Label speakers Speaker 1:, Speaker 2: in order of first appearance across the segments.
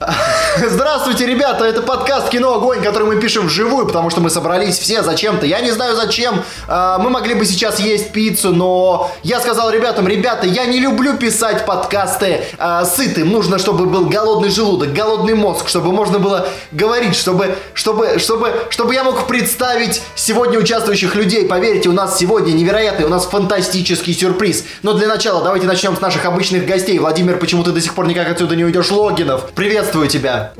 Speaker 1: Здравствуйте, ребята! Это подкаст «Кино Огонь», который мы пишем вживую, потому что мы собрались все зачем-то. Я не знаю зачем. А, Мы могли бы сейчас есть пиццу, но я сказал ребятам, ребята, я не люблю писать подкасты а, сытым. Нужно, чтобы был голодный желудок, голодный мозг, чтобы можно было говорить, чтобы, чтобы, чтобы, чтобы я мог представить сегодня участвующих людей. Поверьте, у нас сегодня невероятный, у нас фантастический сюрприз. Но для начала давайте начнем с наших обычных гостей. Владимир, почему ты до сих пор никак отсюда не уйдешь? Логинов, приветствую тебя.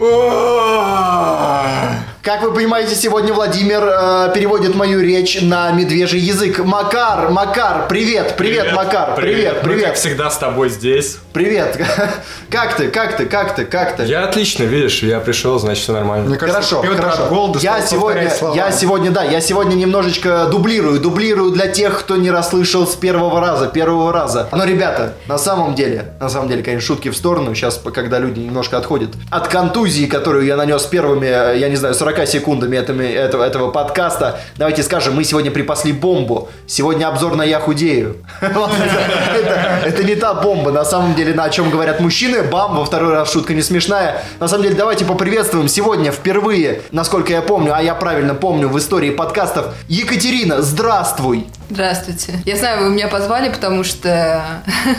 Speaker 1: Как вы понимаете, сегодня Владимир э, переводит мою речь на медвежий язык. Макар, Макар, привет, привет, Макар, привет,
Speaker 2: Мы, Ну, как
Speaker 1: привет,
Speaker 2: всегда с тобой здесь.
Speaker 1: привет. Как ты, как ты, как ты, как ты?
Speaker 2: Я отлично, видишь, я пришел, значит все нормально.
Speaker 1: Хорошо,
Speaker 3: Петр
Speaker 1: хорошо.
Speaker 3: от голода
Speaker 1: я
Speaker 3: стал
Speaker 1: сегодня,
Speaker 3: повторять слова.
Speaker 1: я сегодня, да, я сегодня немножечко дублирую, дублирую для тех, кто не расслышал с первого раза, первого раза. Но, ребята, на самом деле, на самом деле, конечно, шутки в сторону, сейчас, когда люди немножко отходят от контузии, которую я нанес первыми, э, я не знаю, 40 секундами этими- этого, этого подкаста, давайте скажем, мы сегодня припасли бомбу, сегодня обзор на «Я худею». Ладно, это- это- Это не та бомба, на самом деле, на о чем говорят мужчины, бам, во второй раз шутка не смешная. На самом деле, давайте поприветствуем сегодня впервые, насколько я помню, а я правильно помню в истории подкастов, Екатерина, здравствуй!
Speaker 4: Здравствуйте. Я знаю, вы меня позвали, потому что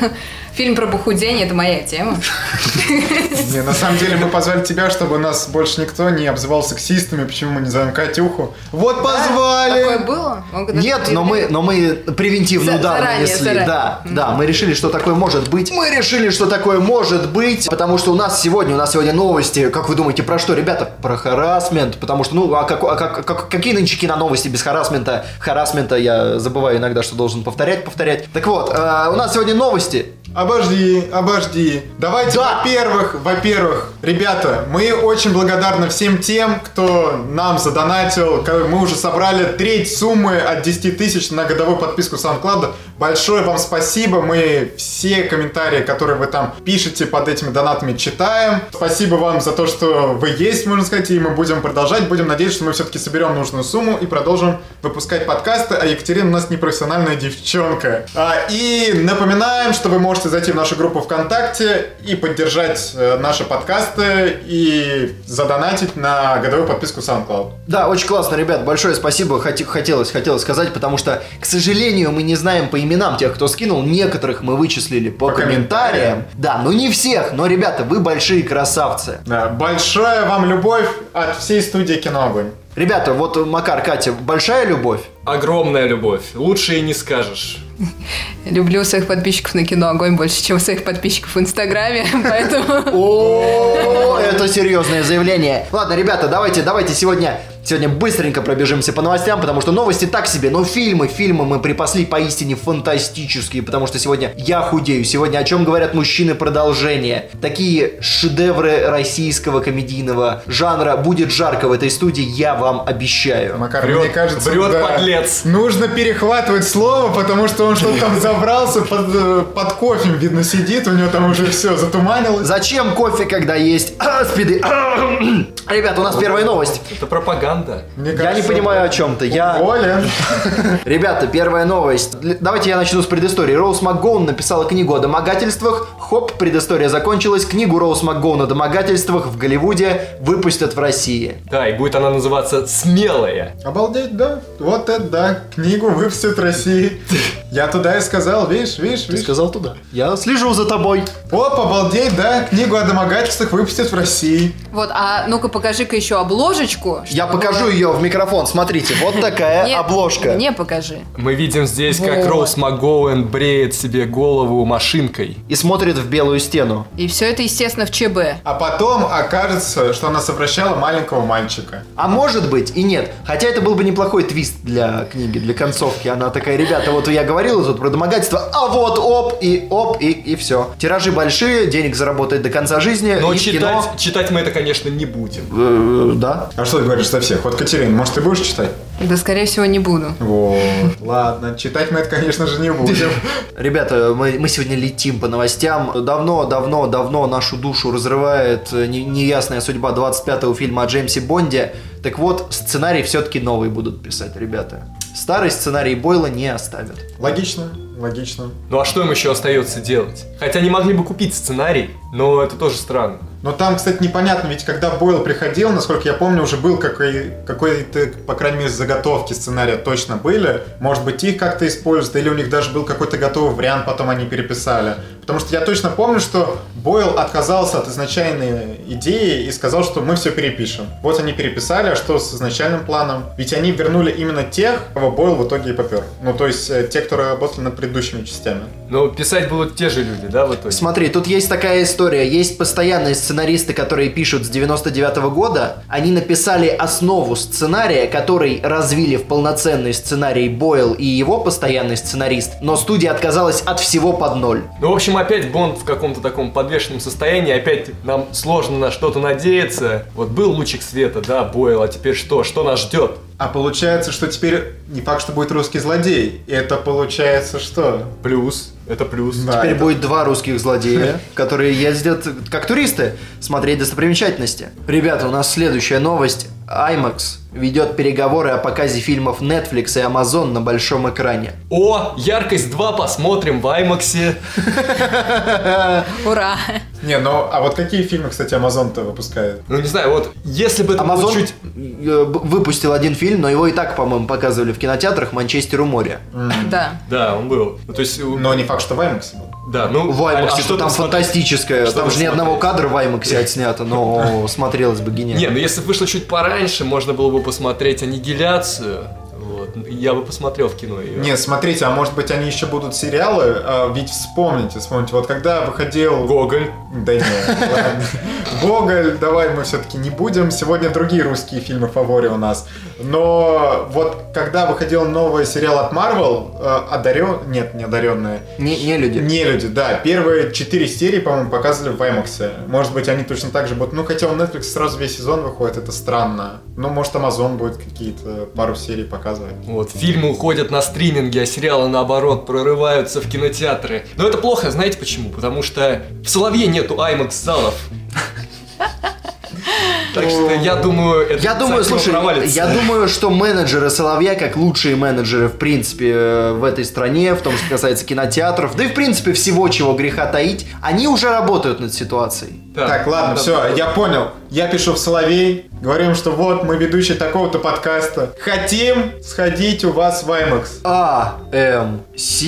Speaker 4: фильм про похудение – это моя тема.
Speaker 3: Не, на самом деле мы позвали тебя, чтобы нас больше никто не обзывал сексистами, почему мы не зовем Катюху. Вот
Speaker 4: Такое
Speaker 3: позвали!
Speaker 4: было? Он когда-то
Speaker 1: Нет, но мы,
Speaker 4: появился?
Speaker 1: но мы превентивный
Speaker 4: За-
Speaker 1: удар
Speaker 4: заранее,
Speaker 1: нанесли.
Speaker 4: заранее.
Speaker 1: Да, да, мы решили, что такое может быть. Мы решили, что такое может быть, потому что у нас сегодня, у нас сегодня новости. Как вы думаете, про что, ребята? Про харасмент, потому что, ну, а, как- а как- как- какие нынче киноновости без харасмента? Харасмента я забываю иногда, что должен повторять, повторять. Так вот, э, у нас сегодня новости.
Speaker 3: Обожди, обожди. Давайте,
Speaker 1: Да.
Speaker 3: во-первых, во-первых, ребята, мы очень благодарны всем тем, кто нам задонатил. Как Мы уже собрали треть суммы от 10 тысяч на годовую подписку SoundCloud. Большое вам спасибо. Мы все комментарии, которые вы там пишете под этими донатами, читаем. Спасибо вам за то, что вы есть, можно сказать, и мы будем продолжать. Будем надеяться, что мы все-таки соберем нужную сумму и продолжим выпускать подкасты. А Екатерина у нас непрофессиональная девчонка. А, и напоминаем, что вы можете зайти в нашу группу ВКонтакте и поддержать э, наши подкасты и задонатить на годовую подписку SoundCloud.
Speaker 1: Да, очень классно, ребят. Большое спасибо. Хоти- хотелось, хотелось сказать, потому что, к сожалению, мы не знаем по именам тех, кто скинул. Некоторых мы вычислили по,
Speaker 3: По
Speaker 1: комментариям.
Speaker 3: комментариям.
Speaker 1: Да, ну не всех, но, ребята, вы большие красавцы.
Speaker 3: Да, большая вам любовь от всей студии Кино Огонь.
Speaker 1: Ребята, вот Макар, Катя, большая любовь.
Speaker 2: Огромная любовь. Лучше и не скажешь.
Speaker 4: Люблю своих подписчиков на кино «Огонь» больше, чем своих подписчиков в Инстаграме, поэтому...
Speaker 1: О, это серьезное заявление. Ладно, ребята, давайте, давайте сегодня Сегодня быстренько пробежимся по новостям, потому что новости так себе, но фильмы, фильмы мы припасли поистине фантастические, потому что сегодня я худею, сегодня о чем говорят мужчины продолжение. Такие шедевры российского комедийного жанра будет жарко в этой студии, я вам обещаю.
Speaker 3: Макар,
Speaker 2: Врет-
Speaker 3: мне кажется,
Speaker 2: врет подлец.
Speaker 3: нужно перехватывать слово, потому что он что-то там забрался, под, э, под кофе, видно, сидит, у него там уже все затуманилось.
Speaker 1: Зачем кофе, когда есть А, спиды? Ребята, у нас первая новость.
Speaker 2: Это пропаганда.
Speaker 3: Мне
Speaker 1: Я не
Speaker 3: кажется,
Speaker 1: понимаю, о чем ты. Я...
Speaker 3: Болен.
Speaker 1: Ребята, первая новость. Л- Давайте я начну с предыстории. Роуз МакГоун написала книгу о домогательствах. Хоп, предыстория закончилась. Книгу Роуз МакГоун о домогательствах в Голливуде выпустят в России.
Speaker 2: Да, и будет она называться «Смелая».
Speaker 3: Обалдеть, да. Вот это да. Книгу выпустят России. Я туда и сказал, видишь, видишь,
Speaker 1: Ты
Speaker 3: видишь.
Speaker 1: сказал туда. Я слежу за тобой.
Speaker 3: Оп, обалдеть, да. Книгу о домогательствах выпустят в России.
Speaker 4: Вот, а ну-ка покажи-ка еще обложечку.
Speaker 1: Я
Speaker 4: чтобы
Speaker 1: покажу
Speaker 4: было-
Speaker 1: ее в микрофон. Смотрите, вот такая
Speaker 4: Не-
Speaker 1: обложка.
Speaker 4: Не покажи.
Speaker 2: Мы видим здесь, как
Speaker 4: Вот.
Speaker 2: Роуз МакГоуэн бреет себе голову машинкой.
Speaker 1: И смотрит в белую стену.
Speaker 4: И все это, естественно, в ЧБ.
Speaker 3: А потом окажется, что она совращала маленького мальчика.
Speaker 1: А может быть и нет. Хотя это был бы неплохой твист для книги, для концовки. Она такая, ребята, вот я говорила тут про домогательство, а вот оп, и оп, и, и все. Тиражи большие, денег заработает до конца жизни.
Speaker 2: Но
Speaker 1: и в кино-
Speaker 2: читать, читать мы это, конечно, не будем.
Speaker 1: Э, да.
Speaker 3: А что ты говоришь за всех? Вот, Катерина, может, ты будешь читать?
Speaker 4: Да, скорее всего, не буду.
Speaker 3: Вот. Ладно, читать мы это, конечно же, не будем.
Speaker 1: Ребята, мы, мы сегодня летим по новостям. Давно, давно, давно нашу душу разрывает э, не- неясная судьба 25-го фильма о Джеймсе Бонде. Так вот, сценарий все-таки новый будут писать, ребята. Старый сценарий Бойла не оставят.
Speaker 3: Логично, логично.
Speaker 2: Ну а что им еще остается делать? Хотя они могли бы купить сценарий, но это тоже странно.
Speaker 3: Но там, кстати, непонятно, ведь когда Бойл приходил, насколько я помню, уже был какой- какой-то, по крайней мере, заготовки сценария точно были. Может быть, их как-то используют, или у них даже был какой-то готовый вариант, потом они переписали. Потому что я точно помню, что Бойл отказался от изначальной идеи и сказал, что мы все перепишем. Вот они переписали, а что с изначальным планом? Ведь они вернули именно тех, кого Бойл в итоге и попер. Ну, то есть э, те, кто работали над предыдущими частями.
Speaker 2: Ну, писать будут те же люди, да, в итоге?
Speaker 1: Смотри, тут есть такая история. Есть постоянные сценаристы, которые пишут с 99 года. Они написали основу сценария, который развили в полноценный сценарий Бойл и его постоянный сценарист. Но студия отказалась от всего под ноль.
Speaker 2: Ну, в общем, опять Бонд в каком-то таком подвешенном состоянии, опять нам сложно на что-то надеяться. Вот был лучик света, да, Бойл, а теперь что? Что нас ждет?
Speaker 3: А получается, что теперь не факт, что будет русский злодей. Это получается что?
Speaker 2: Плюс, А, это плюс.
Speaker 3: Да.
Speaker 1: Теперь
Speaker 3: это-
Speaker 1: будет два русских злодея, которые ездят как туристы смотреть достопримечательности. Ребята, у нас следующая новость. IMAX ведет переговоры о показе фильмов Netflix и Amazon на большом экране.
Speaker 2: О, яркость 2 посмотрим в Аймаксе.
Speaker 4: Ура!
Speaker 3: Не, ну а вот какие фильмы, кстати, Amazon-то выпускает?
Speaker 2: Ну, не знаю, вот если бы это было
Speaker 1: Amazon
Speaker 2: Ну, чуть...
Speaker 1: э, б- выпустил один фильм, но его и так, по-моему, показывали в кинотеатрах «Манчестер у моря».
Speaker 2: А,
Speaker 4: Да.
Speaker 2: Да, он был. Ну, то есть, у-
Speaker 3: Но не факт, что в IMAX был.
Speaker 2: да, ну...
Speaker 1: В IMAX,
Speaker 2: а- а что
Speaker 1: там
Speaker 2: смотреть?
Speaker 1: фантастическое,
Speaker 2: Что
Speaker 1: там
Speaker 2: там
Speaker 1: же ни одного
Speaker 2: смотреть?
Speaker 1: кадра в IMAX отснято, но смотрелось бы гениально.
Speaker 2: Не, ну если бы вышло чуть пораньше, можно было бы посмотреть «Аннигиляцию». Вот. Я бы посмотрел в кино ее.
Speaker 3: Не, смотрите, а может быть они еще будут сериалы? А, ведь вспомните, вспомните, вот когда выходил...
Speaker 2: Гоголь.
Speaker 3: Да не, ладно. Гоголь, давай мы все-таки не будем. Сегодня другие русские фильмы в фаворе у нас. Но вот когда выходил новый сериал от Marvel, одарен... Нет, не одаренные.
Speaker 1: Не, не люди.
Speaker 3: Не люди, да. Первые четыре серии, по-моему, показывали в IMAX. Может быть, они точно так же будут. Ну, хотя у Netflix сразу весь сезон выходит, это странно. Ну, может, Amazon будет какие-то пару серий показывать.
Speaker 2: Вот, фильмы уходят на стриминги, а сериалы, наоборот, прорываются в кинотеатры. Но это плохо, знаете почему? Потому что в Соловье нету IMAX-залов. Так что я думаю, это
Speaker 1: Я думаю, слушай, я думаю, что менеджеры Соловья, как лучшие менеджеры, в принципе, э, в этой стране, в том, что касается кинотеатров, да и, в принципе, всего, чего греха таить, они уже работают над ситуацией.
Speaker 3: так, ладно, все, я понял. Я пишу в Соловей, говорим, что вот мы ведущие такого-то подкаста. Хотим сходить у вас в IMAX.
Speaker 1: А, М, С,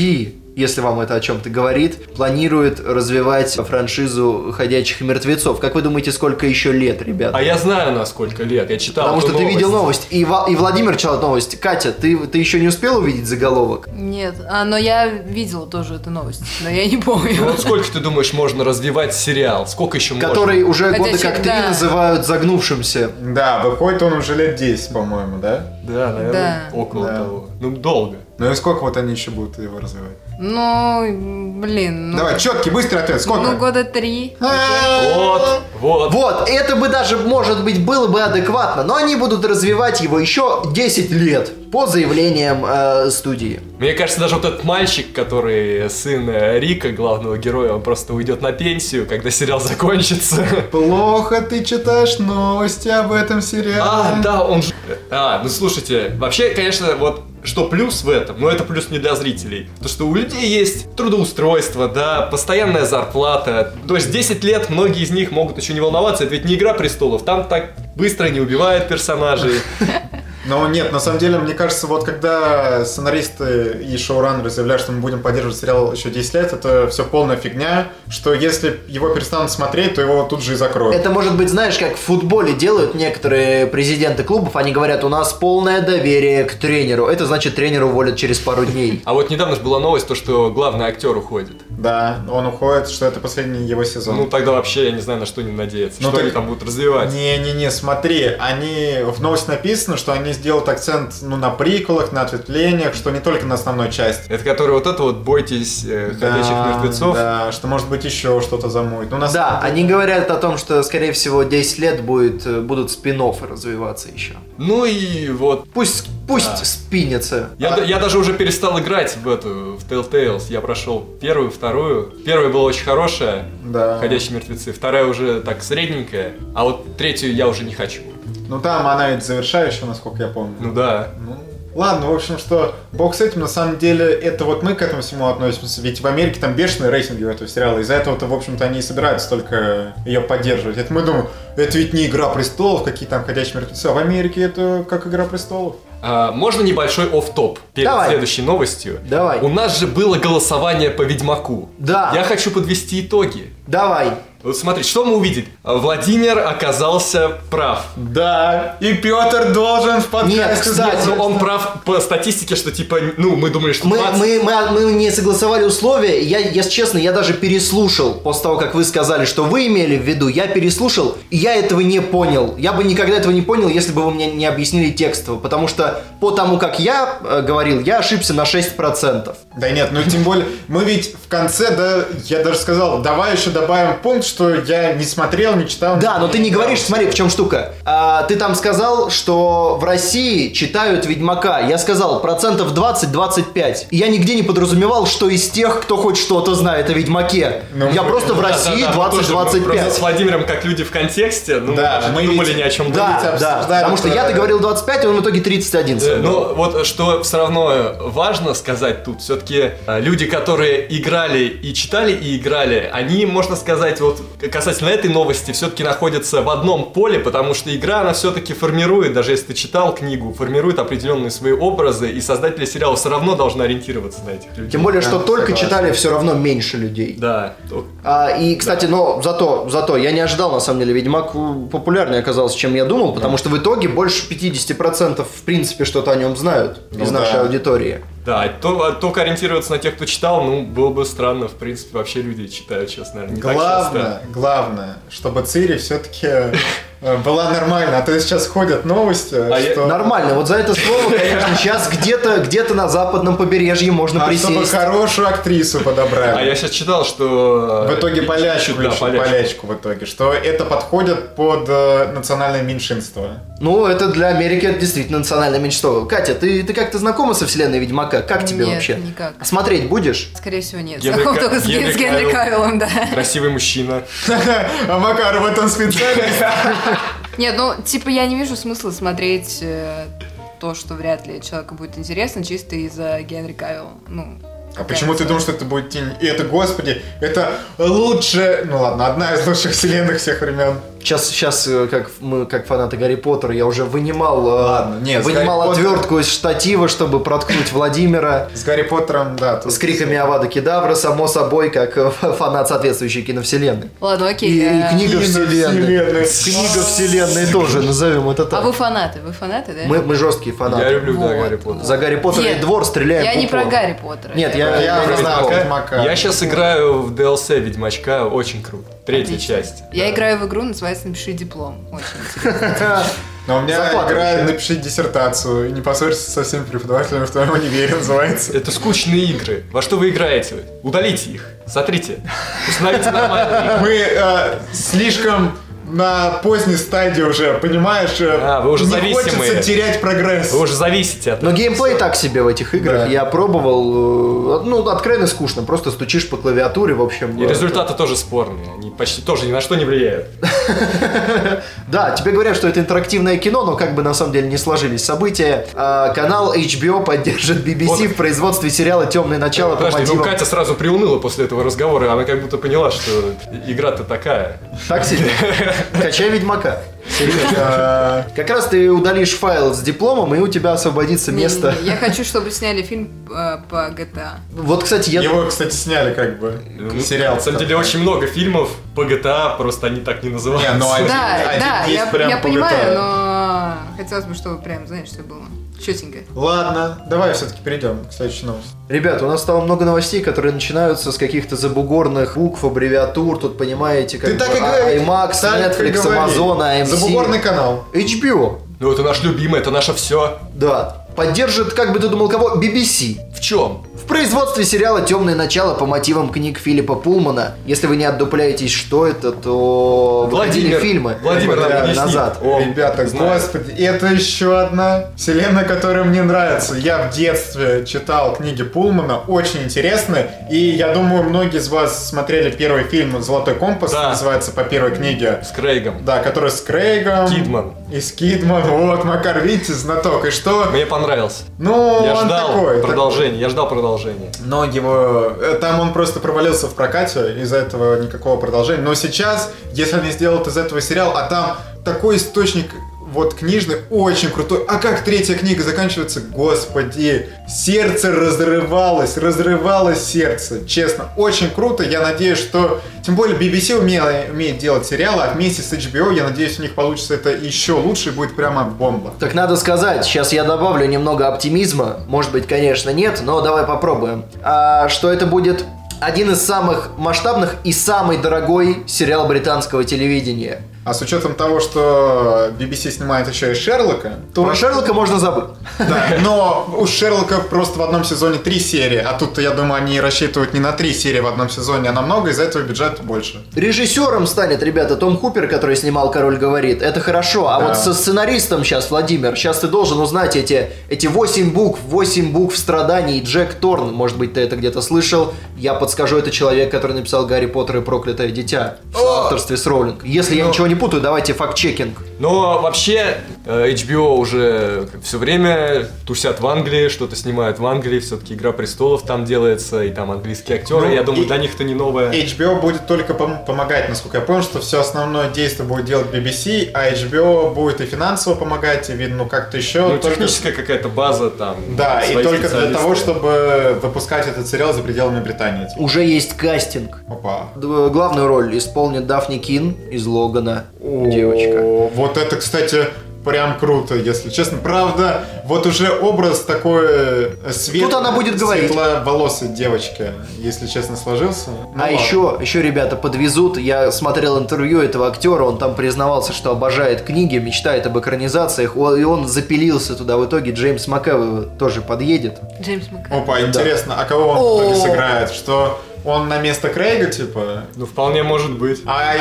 Speaker 1: если вам это о чем-то говорит, планирует развивать франшизу «Ходячих мертвецов». Как вы думаете, сколько еще лет, ребят?
Speaker 2: А я знаю, на сколько лет, я читал
Speaker 1: Потому
Speaker 2: эту
Speaker 1: что ты видел новость,
Speaker 2: новость.
Speaker 1: и, Ва- и Владимир читал новость. Катя, ты, ты еще не успел увидеть заголовок?
Speaker 4: Нет, а, но я видела тоже эту новость, но я не
Speaker 2: Ну,
Speaker 4: помню.
Speaker 2: Вот сколько, ты думаешь, можно развивать сериал? Сколько еще можно?
Speaker 1: Который уже года
Speaker 4: Ходячие-
Speaker 1: как три
Speaker 4: да.
Speaker 1: называют загнувшимся.
Speaker 3: Да, выходит он уже лет 10, по-моему, да?
Speaker 2: Да, наверное,
Speaker 4: Да.
Speaker 2: около
Speaker 3: Да.
Speaker 2: того. Ну, долго.
Speaker 3: Ну и сколько вот они еще будут его развивать?
Speaker 4: Ну, блин, ну,
Speaker 3: Давай, четкий, быстрый ответ, сколько? А,
Speaker 4: ну года три.
Speaker 1: А,
Speaker 2: Вот, вот.
Speaker 1: Вот, это бы даже, может быть, было бы адекватно, но они будут развивать его еще 10 лет по заявлениям э, студии.
Speaker 2: Мне кажется, даже вот этот мальчик, который сын э, Рика, главного героя, он просто уйдет на пенсию, когда сериал закончится.
Speaker 3: Плохо ты читаешь новости об этом сериале.
Speaker 2: А, да, он же... А, ну слушайте, вообще, конечно, вот что плюс в этом, но это плюс не для зрителей. То, что у людей есть трудоустройство, да, постоянная зарплата. То есть 10 лет многие из них могут еще не волноваться, это ведь не Игра Престолов, там так быстро не убивают персонажей.
Speaker 3: Но нет, на самом деле, мне кажется, вот когда сценаристы и шоураннеры заявляют, что мы будем поддерживать сериал еще 10 лет, это все полная фигня, что если его перестанут смотреть, то его тут же и закроют.
Speaker 1: Это может быть, знаешь, как в футболе делают некоторые президенты клубов, они говорят, у нас полное доверие к тренеру. Это значит, тренера уволят через пару дней.
Speaker 2: А вот недавно же была новость, то, что главный актер уходит.
Speaker 3: Да, он уходит, что это последний его сезон.
Speaker 2: Ну тогда вообще я не знаю, на что не надеяться.
Speaker 3: Ну,
Speaker 2: что
Speaker 3: так-
Speaker 2: они там будут развивать?
Speaker 3: Не-не-не, смотри, они в новости написано, что они сделают акцент ну, на приколах, на ответвлениях, что не только на основной части.
Speaker 2: Это который вот это вот «Бойтесь э, ходячих
Speaker 3: Да,
Speaker 2: мертвецов».
Speaker 3: Да, что может быть еще что-то замутит. Ну, на
Speaker 1: Да,
Speaker 3: самом деле-
Speaker 1: они говорят о том, что, скорее всего, 10 лет будет, э, будут спин развиваться еще.
Speaker 2: Ну и вот
Speaker 1: Пусть, пусть
Speaker 2: Да.
Speaker 1: спинится.
Speaker 2: Я, да- я даже уже перестал играть в эту, в Telltales. Я прошел первую, вторую. Первая была очень хорошая,
Speaker 3: Да.
Speaker 2: «Ходячие мертвецы». Вторая уже так средненькая. А вот третью я уже не хочу.
Speaker 3: Ну там она ведь завершающая, насколько я помню.
Speaker 2: Ну да.
Speaker 3: Ну, Ладно, в общем, что бог с этим, на самом деле, это вот мы к этому всему относимся, ведь в Америке там бешеные рейтинги у этого сериала, из-за этого-то, в общем-то, они и собираются только ее поддерживать. Это мы думаем, это ведь не «Игра престолов», какие там «Ходячие мертвецы», а в Америке это как «Игра престолов».
Speaker 2: А, можно небольшой оф топ перед
Speaker 1: Давай.
Speaker 2: следующей новостью?
Speaker 1: Давай.
Speaker 2: У нас же было голосование по Ведьмаку.
Speaker 1: Да.
Speaker 2: Я хочу подвести итоги.
Speaker 1: Давай.
Speaker 2: Вот смотри, что мы увидели? А, Владимир оказался прав.
Speaker 3: Да, и Петр должен в подкасте...
Speaker 1: Нет, кстати,
Speaker 2: Ну,
Speaker 3: сказать.
Speaker 2: он прав по статистике, что типа, ну, мы думали, что
Speaker 1: Мы,
Speaker 2: 20.
Speaker 1: мы, мы, мы не согласовали условия. Я, если честно, я даже переслушал после того, как вы сказали, что вы имели в виду. Я переслушал, и я этого не понял. Я бы никогда этого не понял, если бы вы мне не объяснили текстово. Потому что по тому, как я э, говорил, я ошибся на 6%.
Speaker 3: Да нет, ну тем более, мы ведь в конце, да, я даже сказал, давай еще добавим пункт, что я не смотрел, не читал.
Speaker 1: Да, но ты не говоришь, смотри, в чем штука. А, ты там сказал, что в России читают Ведьмака. Я сказал, процентов 20-25. И я нигде не подразумевал, что из тех, кто хоть что-то знает о Ведьмаке.
Speaker 3: Ну,
Speaker 1: я
Speaker 3: мы-
Speaker 1: просто в
Speaker 2: Да,
Speaker 1: России
Speaker 2: да, да, мы тоже, мы просто
Speaker 1: 20-25.
Speaker 2: С Владимиром, как люди в контексте, ну,
Speaker 3: Да,
Speaker 2: даже
Speaker 3: мы
Speaker 2: не думали
Speaker 3: ведь-
Speaker 2: ни о чем
Speaker 3: Мы ведь
Speaker 1: Да, да,
Speaker 3: обсуждали
Speaker 1: потому что
Speaker 3: про-
Speaker 1: я-то говорил 25, а он в итоге 31.
Speaker 2: Э,
Speaker 3: ну,
Speaker 2: Но вот что все равно э, важно сказать тут, все-таки люди, которые играли и читали и играли, они, можно сказать, вот касательно этой новости, все-таки находятся в одном поле, потому что игра, она все-таки формирует, даже если ты читал книгу, формирует определенные свои образы, и создатели сериала все равно должны ориентироваться на этих людей.
Speaker 1: Тем более,
Speaker 3: Да,
Speaker 1: что только
Speaker 3: согласен.
Speaker 1: читали все равно меньше людей.
Speaker 2: Да. то-
Speaker 1: А, и, кстати, но зато, зато я не ожидал, на самом деле, Ведьмак э, популярнее оказался, чем я думал, потому что в итоге больше 50% в принципе что-то о нем знают из
Speaker 3: Ну да.
Speaker 1: нашей аудитории.
Speaker 2: Да, и то, а только ориентироваться на тех, кто читал, ну, было бы странно, в принципе, вообще люди читают сейчас, наверное, не так часто.
Speaker 3: Главное, главное, чтобы Цири все-таки была нормально, а то сейчас ходят новости,
Speaker 2: А я-
Speaker 3: что...
Speaker 1: Нормально, вот за это слово, конечно, сейчас где-то где на западном побережье можно
Speaker 3: А чтобы
Speaker 1: присесть.
Speaker 3: хорошую актрису
Speaker 2: А
Speaker 3: подобрали.
Speaker 2: я сейчас читал, что...
Speaker 3: В
Speaker 2: э,
Speaker 3: итоге
Speaker 2: и-
Speaker 3: полячку,
Speaker 2: да,
Speaker 3: ищут, полячку в итоге, что это подходит под э, национальное меньшинство.
Speaker 1: Ну, это для Америки это действительно национальное меньшинство. Катя, ты, ты как-то знакома со вселенной Ведьмака? Как тебе
Speaker 4: Нет,
Speaker 1: вообще?
Speaker 4: никак.
Speaker 1: Смотреть будешь?
Speaker 4: Скорее всего, нет.
Speaker 2: Генри
Speaker 4: Знаком
Speaker 2: Ка-
Speaker 4: только с Ген-
Speaker 2: Генри
Speaker 4: с Генри
Speaker 2: Кавилл.
Speaker 4: Кавиллом, да.
Speaker 2: Красивый мужчина.
Speaker 3: А Макаров в этом специалист.
Speaker 4: Нет, ну, типа, я не вижу смысла смотреть э, то, что вряд ли человеку будет интересно, чисто из-за Генри Кавилла. Ну,
Speaker 3: А почему ты думаешь, что это будет тень? И это, господи, это лучшая... Ну ладно, одна из лучших вселенных всех времен.
Speaker 1: Сейчас, сейчас э, как мы, как фанаты Гарри Поттера, я уже вынимал, э,
Speaker 3: Ладно, нет, с
Speaker 1: вынимал
Speaker 3: Гарри Поттером-
Speaker 1: отвертку из штатива, чтобы проткнуть Владимира.
Speaker 3: С Гарри Поттером, да. тут-
Speaker 1: С криками Авада Кедавра, само собой, как э, фанат соответствующей киновселенной.
Speaker 4: Ладно,
Speaker 1: И,
Speaker 4: окей.
Speaker 1: и
Speaker 4: э,
Speaker 1: книга
Speaker 3: Кино
Speaker 1: вселенной.
Speaker 3: вселенной.
Speaker 1: Книга вселенной тоже, назовем это
Speaker 4: А
Speaker 1: так.
Speaker 4: вы фанаты, вы фанаты, да?
Speaker 1: Мы, мы жесткие фанаты.
Speaker 2: Я люблю, да,
Speaker 4: Вот.
Speaker 2: Гарри Поттер.
Speaker 1: За Гарри Поттер
Speaker 4: Нет,
Speaker 1: и двор стреляем.
Speaker 4: Я
Speaker 1: в
Speaker 4: не
Speaker 1: упор.
Speaker 4: про Гарри Поттера.
Speaker 1: Нет, я,
Speaker 3: Я
Speaker 1: я
Speaker 3: про
Speaker 1: не
Speaker 3: Ведьмака.
Speaker 1: знал.
Speaker 3: Ведьмака.
Speaker 2: Я сейчас играю в DLC Ведьмачка, очень круто. Третья часть.
Speaker 4: Я
Speaker 2: да.
Speaker 4: играю в игру, называется «Напиши диплом». Очень интересно.
Speaker 3: Но у меня
Speaker 1: Захватывающе.
Speaker 3: игра «Напиши диссертацию» и не поссорься со всеми преподавателями в твоем универе называется.
Speaker 2: Это скучные игры. Во что вы играете? Удалите их. Сотрите. Установите нормальные. игры.
Speaker 3: Мы э, слишком на поздней стадии уже, понимаешь? э,
Speaker 2: А, вы уже
Speaker 3: не
Speaker 2: зависимые.
Speaker 3: хочется терять прогресс.
Speaker 2: Вы уже зависите от
Speaker 3: Ну,
Speaker 1: Но геймплей так себе в этих играх.
Speaker 3: Да.
Speaker 1: Я пробовал, э, ну, откровенно скучно. Просто стучишь по клавиатуре, в общем.
Speaker 2: И
Speaker 1: э,
Speaker 2: результаты тоже спорные. Они почти тоже ни на что не влияют.
Speaker 1: Да, тебе говорят, что это интерактивное кино, но как бы на самом деле не сложились события. А, канал HBO поддержит BBC
Speaker 2: Вот.
Speaker 1: в производстве сериала «Темное начало» по
Speaker 2: Подожди, ну
Speaker 1: мотивам-
Speaker 2: Катя сразу приуныла после этого разговора. Она как будто поняла, что игра-то такая.
Speaker 1: Так себе. Качай «Ведьмака».
Speaker 3: Э,
Speaker 1: Как раз ты удалишь файл с дипломом, и у тебя освободится место.
Speaker 4: Не-не-не, Я хочу, чтобы сняли фильм э, по GTA.
Speaker 1: Вот, кстати, я...
Speaker 3: Его, кстати, сняли как бы.
Speaker 2: Ну,
Speaker 3: Сериал.
Speaker 2: На самом деле очень много фильмов по GTA, А просто они так не называются.
Speaker 3: Не, ну, а- Один-
Speaker 4: Да,
Speaker 3: один
Speaker 4: да, я,
Speaker 3: есть прям
Speaker 4: я
Speaker 3: по
Speaker 4: понимаю,
Speaker 3: GTA.
Speaker 4: но хотелось бы, чтобы прям, знаешь, все было четенько.
Speaker 3: Ладно, давай все-таки перейдем к следующей новости.
Speaker 1: Ребята, у нас стало много новостей, которые начинаются с каких-то забугорных букв, аббревиатур, тут понимаете, как
Speaker 3: Ты так
Speaker 1: бы а,
Speaker 3: и говори.
Speaker 1: IMAX,
Speaker 3: Так и
Speaker 1: Netflix,
Speaker 3: говори.
Speaker 1: Amazon, а, AMC.
Speaker 3: Забугорный канал.
Speaker 1: HBO,
Speaker 2: Ну это наш любимый, это наше все.
Speaker 1: да. Поддержит, как бы ты думал, кого? BBC.
Speaker 2: В чем?
Speaker 1: В производстве сериала «Темное начало» по мотивам книг Филиппа Пулмана. Если вы не отдупляетесь, что это, то выходили
Speaker 2: Владимир.
Speaker 1: фильмы
Speaker 2: Владимир,
Speaker 1: года
Speaker 3: нам
Speaker 2: объясни.
Speaker 1: назад.
Speaker 3: О, ребята,
Speaker 2: знает.
Speaker 3: господи, это еще одна вселенная, которая мне нравится. Я в детстве читал книги Пулмана, очень интересные, и я думаю, многие из вас смотрели первый фильм «Золотой компас»,
Speaker 2: Да.
Speaker 3: называется по первой книге,
Speaker 2: С Крейгом.
Speaker 3: да, который с Крейгом.
Speaker 2: Кидман.
Speaker 3: И с Кидман, вот, Макар, видите, знаток. И что?
Speaker 2: Мне понравился.
Speaker 3: Ну,
Speaker 2: Я
Speaker 3: он
Speaker 2: ждал
Speaker 3: такой.
Speaker 2: продолжение, я ждал продолжение.
Speaker 3: Но его... э, Там он просто провалился в прокате, из-за этого никакого продолжения. Но сейчас, если они сделают из этого сериал, а там такой источник вот книжный, очень крутой. А как третья книга заканчивается? Господи, сердце разрывалось, разрывалось сердце. Честно, очень круто. Я надеюсь, что... Тем более BBC умела, умеет делать сериалы, а вместе с HBO, я надеюсь, у них получится это еще лучше и будет прямо бомба.
Speaker 1: Так надо сказать, сейчас я добавлю немного оптимизма. Может быть, конечно, нет, но давай попробуем. А, что это будет один из самых масштабных и самый дорогой сериал британского телевидения.
Speaker 3: А с учетом того, что BBC снимает еще и Шерлока, то...
Speaker 1: Про Шерлока можно забыть.
Speaker 3: Да, но у Шерлока просто в одном сезоне три серии, а тут, я думаю, они рассчитывают не на три серии в одном сезоне, а на много, из-за этого бюджет больше.
Speaker 1: Режиссером станет, ребята, Том Хупер, который снимал «Король говорит». Это хорошо. А
Speaker 3: Да.
Speaker 1: вот со сценаристом сейчас, Владимир, сейчас ты должен узнать эти, эти 8 букв, 8 букв страданий. Джек Торн, может быть, ты это где-то слышал. Я подскажу, это человек, который написал «Гарри Поттер и проклятое дитя» в авторстве с Роулинг. Если
Speaker 3: Ну.
Speaker 1: я ничего не путаю, давайте факт-чекинг.
Speaker 2: Но вообще э, HBO уже все время тусят в Англии, что-то снимают в Англии, все-таки Игра престолов там делается, и там английские актеры.
Speaker 3: Ну,
Speaker 2: я думаю,
Speaker 3: и-
Speaker 2: для них это не новое.
Speaker 3: HBO будет только пом- помогать, насколько я понял, что все основное действие будет делать BBC, а HBO будет и финансово помогать, и видно, ну как-то еще.
Speaker 2: Ну,
Speaker 3: только-
Speaker 2: техническая какая-то база там.
Speaker 3: Да, и
Speaker 2: свои
Speaker 3: только для того,
Speaker 2: специалисты.
Speaker 3: чтобы выпускать этот сериал за пределами Британии. типа.
Speaker 1: Уже есть кастинг.
Speaker 3: Опа.
Speaker 1: Д- Главную роль исполнит Дафни Кин из «Логана». Девочка.
Speaker 3: О, Вот это, кстати, прям круто, если честно. Правда, вот уже образ такой э, свет...
Speaker 1: Тут она будет говорить.
Speaker 3: светловолосой девочки, если честно, сложился. Ну
Speaker 1: а
Speaker 3: ладно.
Speaker 1: еще, еще ребята подвезут. Я смотрел интервью этого актера, он там признавался, что обожает книги, мечтает об экранизациях, О- и он запилился туда. В итоге Джеймс МакЭвой тоже подъедет.
Speaker 4: Джеймс Маккай.
Speaker 3: Опа, интересно, а кого он в
Speaker 4: О.
Speaker 3: итоге сыграет? Что он на место Крейга, типа?
Speaker 2: Ну, вполне может быть.
Speaker 3: А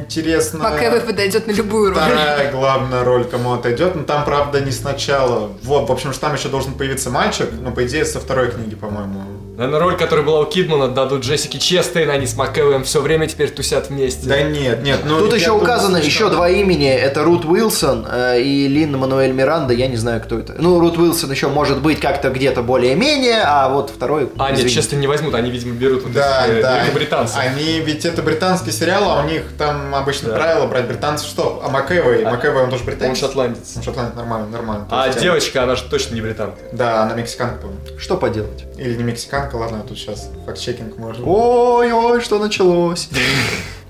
Speaker 3: интересно...
Speaker 4: Макэвой подойдет на любую роль.
Speaker 3: Вторая главная роль кому отойдет, но там, правда, не сначала. Вот, в общем, что там еще должен появиться мальчик, ну, по идее, со второй книги, по-моему.
Speaker 2: Наверное, роль, которая была у Кидмана, дадут Джессики Честейн, они с Макэвоем все время теперь тусят вместе.
Speaker 3: Да нет, нет, ну...
Speaker 1: Тут
Speaker 3: я
Speaker 1: еще
Speaker 3: думаю,
Speaker 1: указано еще
Speaker 3: сначала.
Speaker 1: два имени. Это Рут Уилсон э, и Лин Мануэль Миранда. Я не знаю, кто это. Ну, Рут Уилсон еще может быть как-то где-то более-менее, а вот второй...
Speaker 2: А, нет,
Speaker 1: извините.
Speaker 2: Честейн не возьмут, они, видимо, берут вот
Speaker 3: Да,
Speaker 2: этих, э,
Speaker 3: да.
Speaker 2: великобританцев.
Speaker 3: Они ведь это британский сериал, а у них там обычно
Speaker 2: Да.
Speaker 3: правило брать британцев что? А Макэвой,
Speaker 2: А-
Speaker 3: Макэвой он тоже
Speaker 2: Он
Speaker 3: британец.
Speaker 2: шотландец.
Speaker 3: Он шотландец, нормально, нормально. То
Speaker 2: А
Speaker 3: есть, э,
Speaker 2: девочка, она же точно не британка.
Speaker 3: Да, она мексиканка, по-моему.
Speaker 1: Что поделать?
Speaker 3: Или не мексиканка, ладно, тут сейчас факт-чекинг можно.
Speaker 1: Ой-ой, что началось?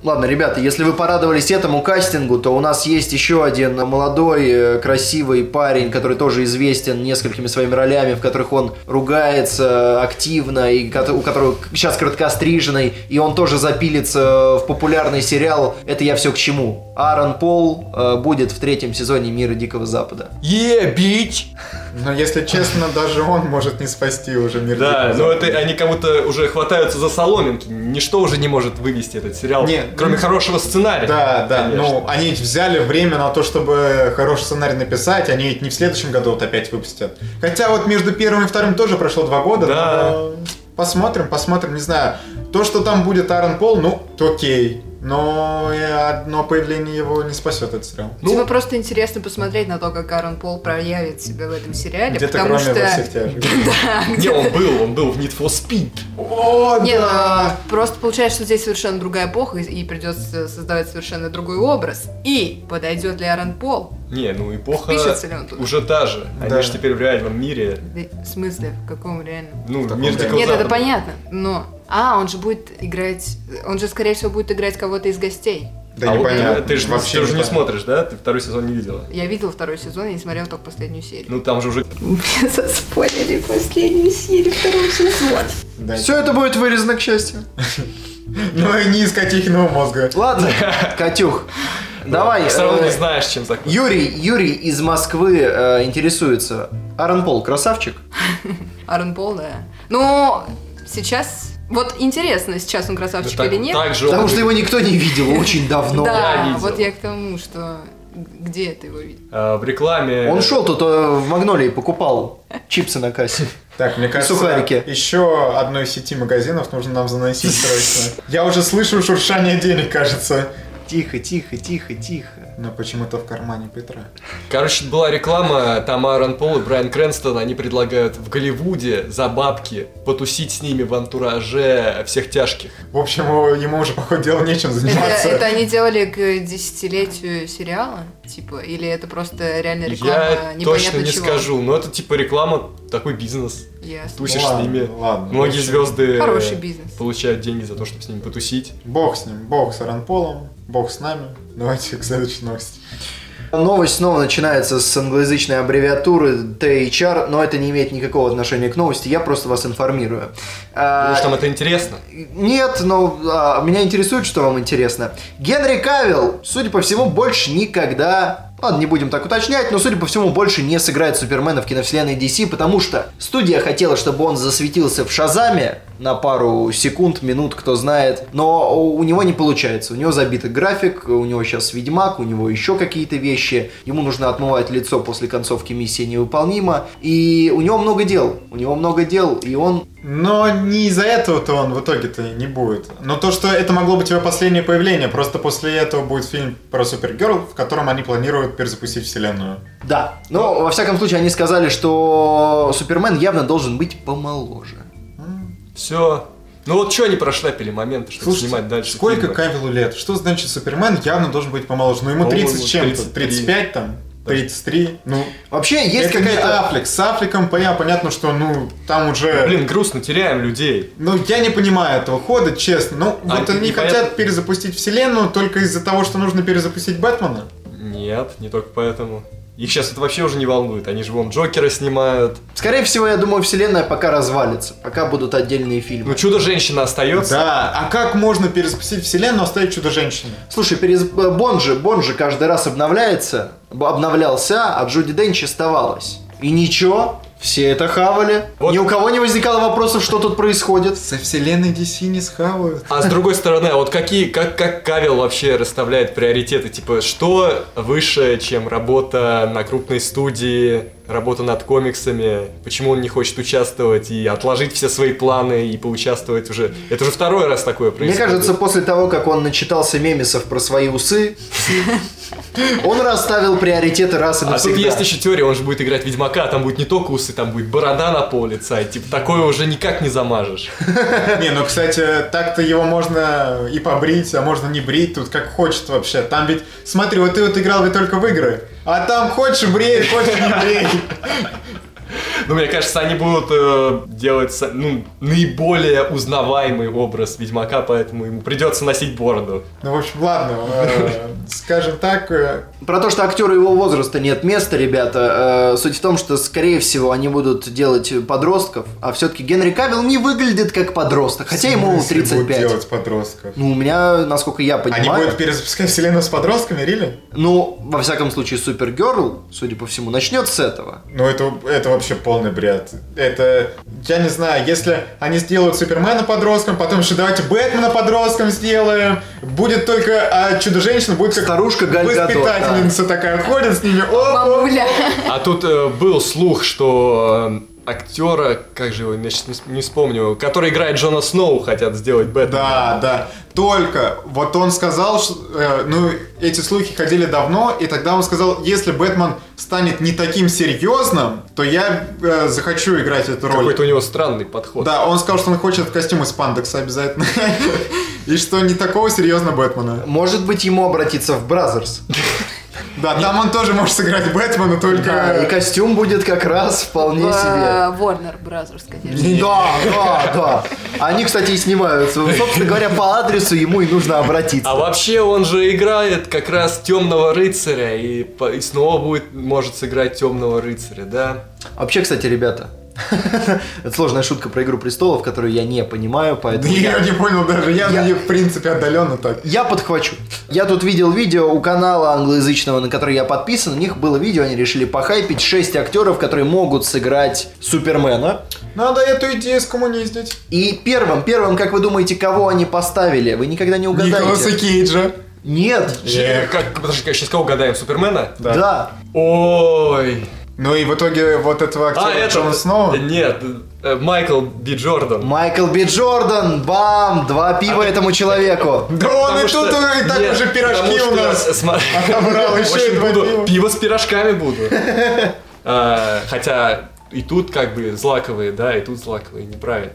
Speaker 1: Ладно, ребята, если вы порадовались этому кастингу, то у нас есть еще один молодой, э, красивый парень, который тоже известен несколькими своими ролями, в которых он ругается активно, и кото- у которого сейчас краткостриженный, и он тоже запилится в популярный сериал «Это я все к чему». Аарон Пол э, будет в третьем сезоне «Мира Дикого Запада».
Speaker 2: Е, бич!
Speaker 3: Но если честно, даже он может не спасти уже мир.
Speaker 2: Да,
Speaker 3: Дикого
Speaker 2: но
Speaker 3: Запада.
Speaker 2: это они как будто уже хватаются за соломинки. Ничто уже не может вывести этот сериал,
Speaker 3: Не,
Speaker 2: кроме
Speaker 3: ну,
Speaker 2: хорошего сценария.
Speaker 3: Да, да,
Speaker 2: Конечно.
Speaker 3: ну они ведь взяли время на то, чтобы хороший сценарий написать, они ведь не в следующем году вот опять выпустят. Хотя вот между первым и вторым тоже прошло два года,
Speaker 2: Да.
Speaker 3: но посмотрим, посмотрим, не знаю. То, что там будет Аарон Пол, ну, то окей. Но и одно появление его не спасет этот сериал.
Speaker 2: Ну.
Speaker 4: Тебе Типа, просто интересно посмотреть на то, как Аарон Пол проявит себя в этом сериале,
Speaker 3: Где-то
Speaker 4: потому
Speaker 3: кроме
Speaker 4: что...
Speaker 3: во всех тех.
Speaker 4: Да,
Speaker 2: Не, он был, он был в Need for Speed.
Speaker 3: О,
Speaker 4: Не,
Speaker 3: да!
Speaker 4: ну, просто получается, что здесь совершенно другая эпоха, и- и придется создавать совершенно другой образ. И подойдет ли Аарон Пол?
Speaker 2: Не, ну эпоха
Speaker 4: Впишется ли он туда?
Speaker 2: уже та же.
Speaker 3: Да.
Speaker 2: Они же теперь в реальном мире.
Speaker 4: Да, В смысле? В каком реально?
Speaker 2: Ну,
Speaker 3: таком
Speaker 2: мир
Speaker 3: реальном.
Speaker 2: Дикого
Speaker 4: Нет, это
Speaker 2: Запада.
Speaker 4: понятно, но... А, он же будет играть... Он же, скорее всего, будет играть кого-то из гостей.
Speaker 3: Да
Speaker 2: А вот
Speaker 3: непонятно.
Speaker 2: Ты же
Speaker 3: вообще
Speaker 2: не
Speaker 3: непонятно.
Speaker 2: смотришь, да? Ты второй сезон не видела.
Speaker 4: Я видела второй сезон, я не смотрела только последнюю серию.
Speaker 2: Ну там же уже
Speaker 4: Меня заспорили последнюю серию второго сезона.
Speaker 3: Да.
Speaker 1: Все это будет вырезано, к счастью.
Speaker 3: Ну и не из котихиного мозга.
Speaker 1: Ладно, Катюх, Давай.
Speaker 2: Все равно
Speaker 1: э,
Speaker 2: не знаешь, чем закончить.
Speaker 1: Юрий, Юрий из Москвы э, интересуется. Аарон Пол, красавчик?
Speaker 4: Аарон Пол, да. Но Ну, сейчас... Вот интересно, сейчас он красавчик или нет.
Speaker 2: ну, Так же
Speaker 1: Потому
Speaker 2: он-
Speaker 1: что его никто не видел очень давно.
Speaker 2: я
Speaker 4: да,
Speaker 2: видел.
Speaker 4: вот я к тому, что... Где ты его видел?
Speaker 2: э, в рекламе...
Speaker 1: Он шел тут э, в Магнолии, покупал чипсы на кассе.
Speaker 3: Так, мне кажется,
Speaker 1: сухарики.
Speaker 3: еще одной сети магазинов нужно нам заносить срочно. Я уже слышу шуршание денег, кажется.
Speaker 1: Тихо, тихо, тихо, тихо.
Speaker 3: Но почему-то в кармане Петра.
Speaker 2: Короче, была реклама, там Аарон Пол и Брайан Крэнстон, они предлагают в Голливуде за бабки потусить с ними в антураже всех тяжких.
Speaker 3: В общем, его- ему уже, походу, дело нечем
Speaker 4: Это,
Speaker 3: заниматься.
Speaker 4: это они делали к десятилетию сериала, типа, или это просто реально реклама
Speaker 2: Я точно
Speaker 4: непонятно
Speaker 2: не
Speaker 4: чего?
Speaker 2: скажу, но это типа реклама, такой бизнес.
Speaker 4: Ясно.
Speaker 2: Тусишь
Speaker 3: Ладно,
Speaker 2: с ними.
Speaker 3: ладно.
Speaker 2: Многие звезды э,
Speaker 4: Хороший бизнес.
Speaker 2: получают деньги за то, чтобы с ними потусить.
Speaker 3: Бог с ним, бог с Аранполом, бог с нами. Давайте к следующей новости.
Speaker 1: Новость снова начинается с англоязычной аббревиатуры THR, но это не имеет никакого отношения к новости, я просто вас информирую. А,
Speaker 2: Потому что там это интересно.
Speaker 1: Нет, но а, меня интересует, что вам интересно. Генри Кавилл, судя по всему, больше никогда... Ладно, не будем так уточнять, но, судя по всему, больше не сыграет Супермена в киновселенной DC, потому что студия хотела, чтобы он засветился в Шазаме на пару секунд, минут, кто знает, но у у него не получается. У него забитый график, у него сейчас Ведьмак, у него еще какие-то вещи, ему нужно отмывать лицо после концовки миссии невыполнима, и у него много дел, у него много дел, и он
Speaker 3: Но не из-за этого-то он в итоге-то не будет. Но то, что это могло быть его последнее появление, просто после этого будет фильм про Супергерл, в котором они планируют перезапустить вселенную.
Speaker 1: Да. Но, во всяком случае, они сказали, что Супермен явно должен быть помоложе.
Speaker 2: Все. Ну вот что они прошляпили моменты, чтобы снимать дальше.
Speaker 3: сколько
Speaker 2: фильмы?
Speaker 3: Кавиллу лет? Что значит Супермен явно должен быть помоложе? Ну ему
Speaker 2: По-моему,
Speaker 3: 30 с чем-то,
Speaker 2: 33.
Speaker 3: 35 там, 33. Ну,
Speaker 1: Вообще, есть
Speaker 3: это не
Speaker 1: какая-то...
Speaker 3: Аффлек. С Аффлеком поня- понятно, что ну там уже...
Speaker 2: Блин, грустно, теряем людей.
Speaker 3: Ну, я не понимаю этого хода, честно. Ну,
Speaker 2: А,
Speaker 3: вот они
Speaker 2: непонятно.
Speaker 3: хотят перезапустить вселенную только из-за того, что нужно перезапустить Бэтмена.
Speaker 2: Нет, не только поэтому. Их сейчас это вообще уже не волнует. Они же вон Джокера снимают.
Speaker 1: Скорее всего, я думаю, вселенная пока развалится. Пока будут отдельные фильмы.
Speaker 2: Ну, чудо-женщина остается.
Speaker 3: Да, а как можно перезапустить вселенную, оставить Чудо-женщину?
Speaker 1: Слушай, перез... э, Бон же, Бон же каждый раз обновляется, б- обновлялся, а Джуди Денч оставалась. И ничего, все это хавали.
Speaker 2: Вот.
Speaker 1: Ни у кого не возникало вопросов, что тут происходит.
Speaker 3: Со вселенной DC не схавают.
Speaker 2: А с другой стороны, а вот какие, как, как Кавел вообще расставляет приоритеты? Типа, что выше, чем работа на крупной студии, работа над комиксами? Почему он не хочет участвовать и отложить все свои планы и поучаствовать уже? Это уже второй раз такое
Speaker 1: Мне
Speaker 2: происходит.
Speaker 1: кажется, после того, как он начитался мемесов про свои усы, он расставил приоритеты раз и
Speaker 2: а
Speaker 1: навсегда.
Speaker 2: тут есть еще теория, он же будет играть Ведьмака, а там будет не только усы, там будет борода на пол лица, и типа такое уже никак не замажешь.
Speaker 3: Не, ну, кстати, так-то его можно и побрить, а можно не брить, тут как хочет вообще. Там ведь, смотри, вот ты вот играл ведь только в игры, а там хочешь брей, хочешь не брей.
Speaker 2: Ну, мне кажется, они будут э, делать са- ну, наиболее узнаваемый образ Ведьмака, поэтому ему придется носить бороду.
Speaker 3: Ну, в общем, ладно, э, скажем так, э,
Speaker 1: Про то, что актеру его возраста нет места, ребята, э, суть в том, что, скорее всего, они будут делать подростков, а все-таки Генри Кавилл не выглядит как подросток, хотя ему
Speaker 3: если будут
Speaker 1: 35.
Speaker 3: делать подростков.
Speaker 1: Ну, у меня, насколько я
Speaker 3: Они
Speaker 1: понимаю,
Speaker 3: будут перезапускать вселенную с подростками, рили?
Speaker 1: ну, во всяком случае, Супергерл, судя по всему, начнет с этого.
Speaker 3: Ну, это, это вообще полный бред. Это, я не знаю, если они сделают Супермена подростком, потом еще давайте Бэтмена подростком сделаем, будет только а Чудо-женщина, будет как
Speaker 1: Старушка Галь Гадот,
Speaker 3: воспитательница такая ходит с ними. О,
Speaker 4: Мамуля.
Speaker 2: А тут э, был слух, что э, актера, как же его, я сейчас не, с- не вспомню, который играет Джона Сноу, хотят сделать Бэтмена.
Speaker 3: Да, да. Только вот он сказал, что, э, ну, эти слухи ходили давно, и тогда он сказал, если Бэтмен станет не таким серьезным, то я э, захочу играть эту роль.
Speaker 2: Какой-то у него странный подход.
Speaker 3: Да, он сказал, что он хочет костюм из пандекса обязательно. И что не такого серьезно Бэтмена.
Speaker 1: Может быть, ему обратиться в Бразерс.
Speaker 3: Да, там он тоже может сыграть
Speaker 1: Да,
Speaker 3: Бэтмена,
Speaker 1: и
Speaker 3: только...
Speaker 1: костюм будет как раз вполне себе.
Speaker 4: Warner Brothers, конечно.
Speaker 1: Да, да, да. Они, кстати, и снимаются. Собственно говоря, по адресу ему и нужно обратиться.
Speaker 2: А вообще он же играет как раз темного рыцаря и, по- и снова будет может сыграть темного рыцаря, да?
Speaker 1: Вообще, кстати, ребята, Это сложная шутка про Игру престолов, которую я не понимаю,
Speaker 3: Да
Speaker 1: поэтому...
Speaker 3: я
Speaker 1: я-
Speaker 3: её не понял даже, я,
Speaker 1: Я-
Speaker 3: на нее в принципе отдаленно так.
Speaker 1: Я подхвачу. Я тут видел видео у канала англоязычного, на который я подписан. У них было видео, они решили похайпить 6 актеров, которые могут сыграть Супермена.
Speaker 3: Надо эту идею скоммуниздить.
Speaker 1: И первым, первым, как вы думаете, кого они поставили? Вы никогда не угадаете.
Speaker 3: Николаса Кейджа.
Speaker 1: Нет.
Speaker 3: Эх.
Speaker 2: Как, подожди, сейчас кого гадаем? Супермена?
Speaker 1: Да.
Speaker 2: Ой.
Speaker 3: Ну и в итоге вот этого актера
Speaker 2: А, это...
Speaker 3: Джона Сноу.
Speaker 2: Нет, э, Майкл Би Джордан.
Speaker 1: Майкл Би Джордан, бам, два пива этому человеку.
Speaker 3: Да он и
Speaker 2: Потому что-
Speaker 3: тут и так
Speaker 2: Нет,
Speaker 3: уже пирожки
Speaker 2: потому
Speaker 3: у
Speaker 2: что,
Speaker 3: нас.
Speaker 2: сма-
Speaker 3: отобрал еще
Speaker 2: В общем,
Speaker 3: и два
Speaker 2: буду-
Speaker 3: пива.
Speaker 2: Пиво с пирожками буду. А, Хотя и тут как бы злаковые, да, и тут злаковые, неправильно.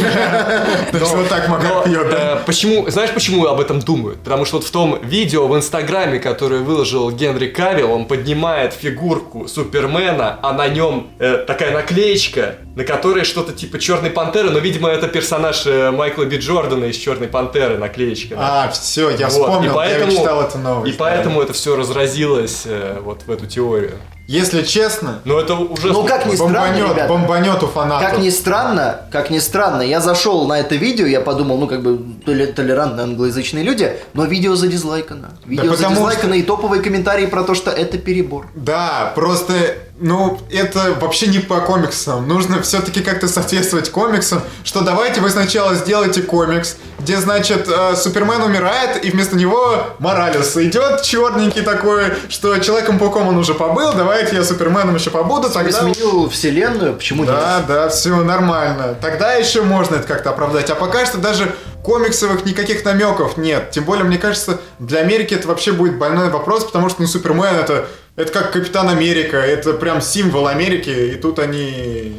Speaker 3: Да
Speaker 2: Но-
Speaker 3: всё так
Speaker 2: но,
Speaker 3: Макар пьет, да?
Speaker 2: э, Почему, знаешь, почему об этом думают? Потому что вот в том видео в Инстаграме, которое выложил Генри Кавилл, он поднимает фигурку Супермена, а на нем э, такая наклеечка, на которой что-то типа Черной Пантеры, но, видимо, это персонаж э, Майкла Би Джордана из Черной Пантеры, наклеечка. да.
Speaker 3: А, все, я
Speaker 2: Вот,
Speaker 3: вспомнил,
Speaker 2: и
Speaker 3: я
Speaker 2: поэтому-
Speaker 3: читал эту новость.
Speaker 2: И поэтому это все разразилось э, вот в эту теорию.
Speaker 3: Если честно,
Speaker 2: Но это уже...
Speaker 1: Ну, как ни странно,
Speaker 3: бомбанет,
Speaker 1: ребята.
Speaker 3: бомбанет у
Speaker 1: Как
Speaker 3: фанатов.
Speaker 1: ни странно, как ни странно, я зашел на это видео, я подумал, ну как бы толе- толерантные англоязычные люди, но видео задизлайкано. Видео
Speaker 3: потому что-
Speaker 1: задизлайкано и топовые комментарии про то, что это перебор.
Speaker 3: Да, просто, ну, это вообще не по комиксам. Нужно все-таки как-то соответствовать комиксам, что давайте вы сначала сделайте комикс, где, значит, э, Супермен умирает, и вместо него Моралес идет черненький такой, что Человеком-пауком он уже побыл, давайте я Суперменом еще побуду, тогда...
Speaker 1: Сменил вселенную, почему
Speaker 3: Да,
Speaker 1: нет?
Speaker 3: да, все нормально. Тогда еще можно это как-то оправдать. А пока что даже комиксовых никаких намеков нет. Тем более, мне кажется, для Америки это вообще будет больной вопрос, потому что, ну, Супермен это, это как Капитан Америка, это прям символ Америки, и тут они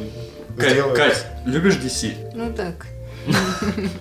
Speaker 3: сделают.
Speaker 2: любишь DC?
Speaker 4: Ну так.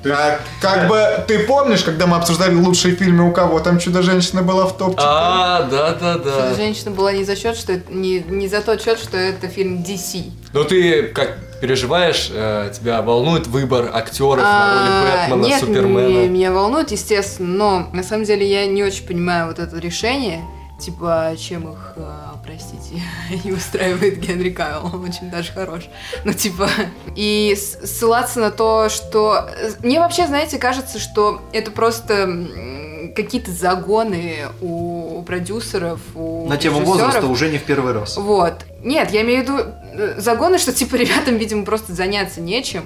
Speaker 3: А как бы ты помнишь, когда мы обсуждали лучшие фильмы у кого? Там Чудо-женщина была в топчике.
Speaker 2: А, да-да-да.
Speaker 4: Женщина была не за счет, что это- не, не за тот счет, что это фильм DC.
Speaker 2: Но ты как переживаешь, э, тебя волнует выбор актеров на роли
Speaker 4: А,
Speaker 2: Бэтмена,
Speaker 4: Нет,
Speaker 2: Супермена?
Speaker 4: не- меня волнует, естественно, но на самом деле я не очень понимаю вот это решение. Типа, чем их, а, простите, не устраивает Генри Кавилл, он очень даже хорош. Ну, типа, и с- ссылаться на то, что... Мне вообще, знаете, кажется, что это просто м, какие-то загоны у, у продюсеров, у
Speaker 1: На тему
Speaker 4: режиссеров.
Speaker 1: возраста уже не в первый раз.
Speaker 4: Вот. Нет, я имею в виду э, загоны, что типа ребятам, видимо, просто заняться нечем.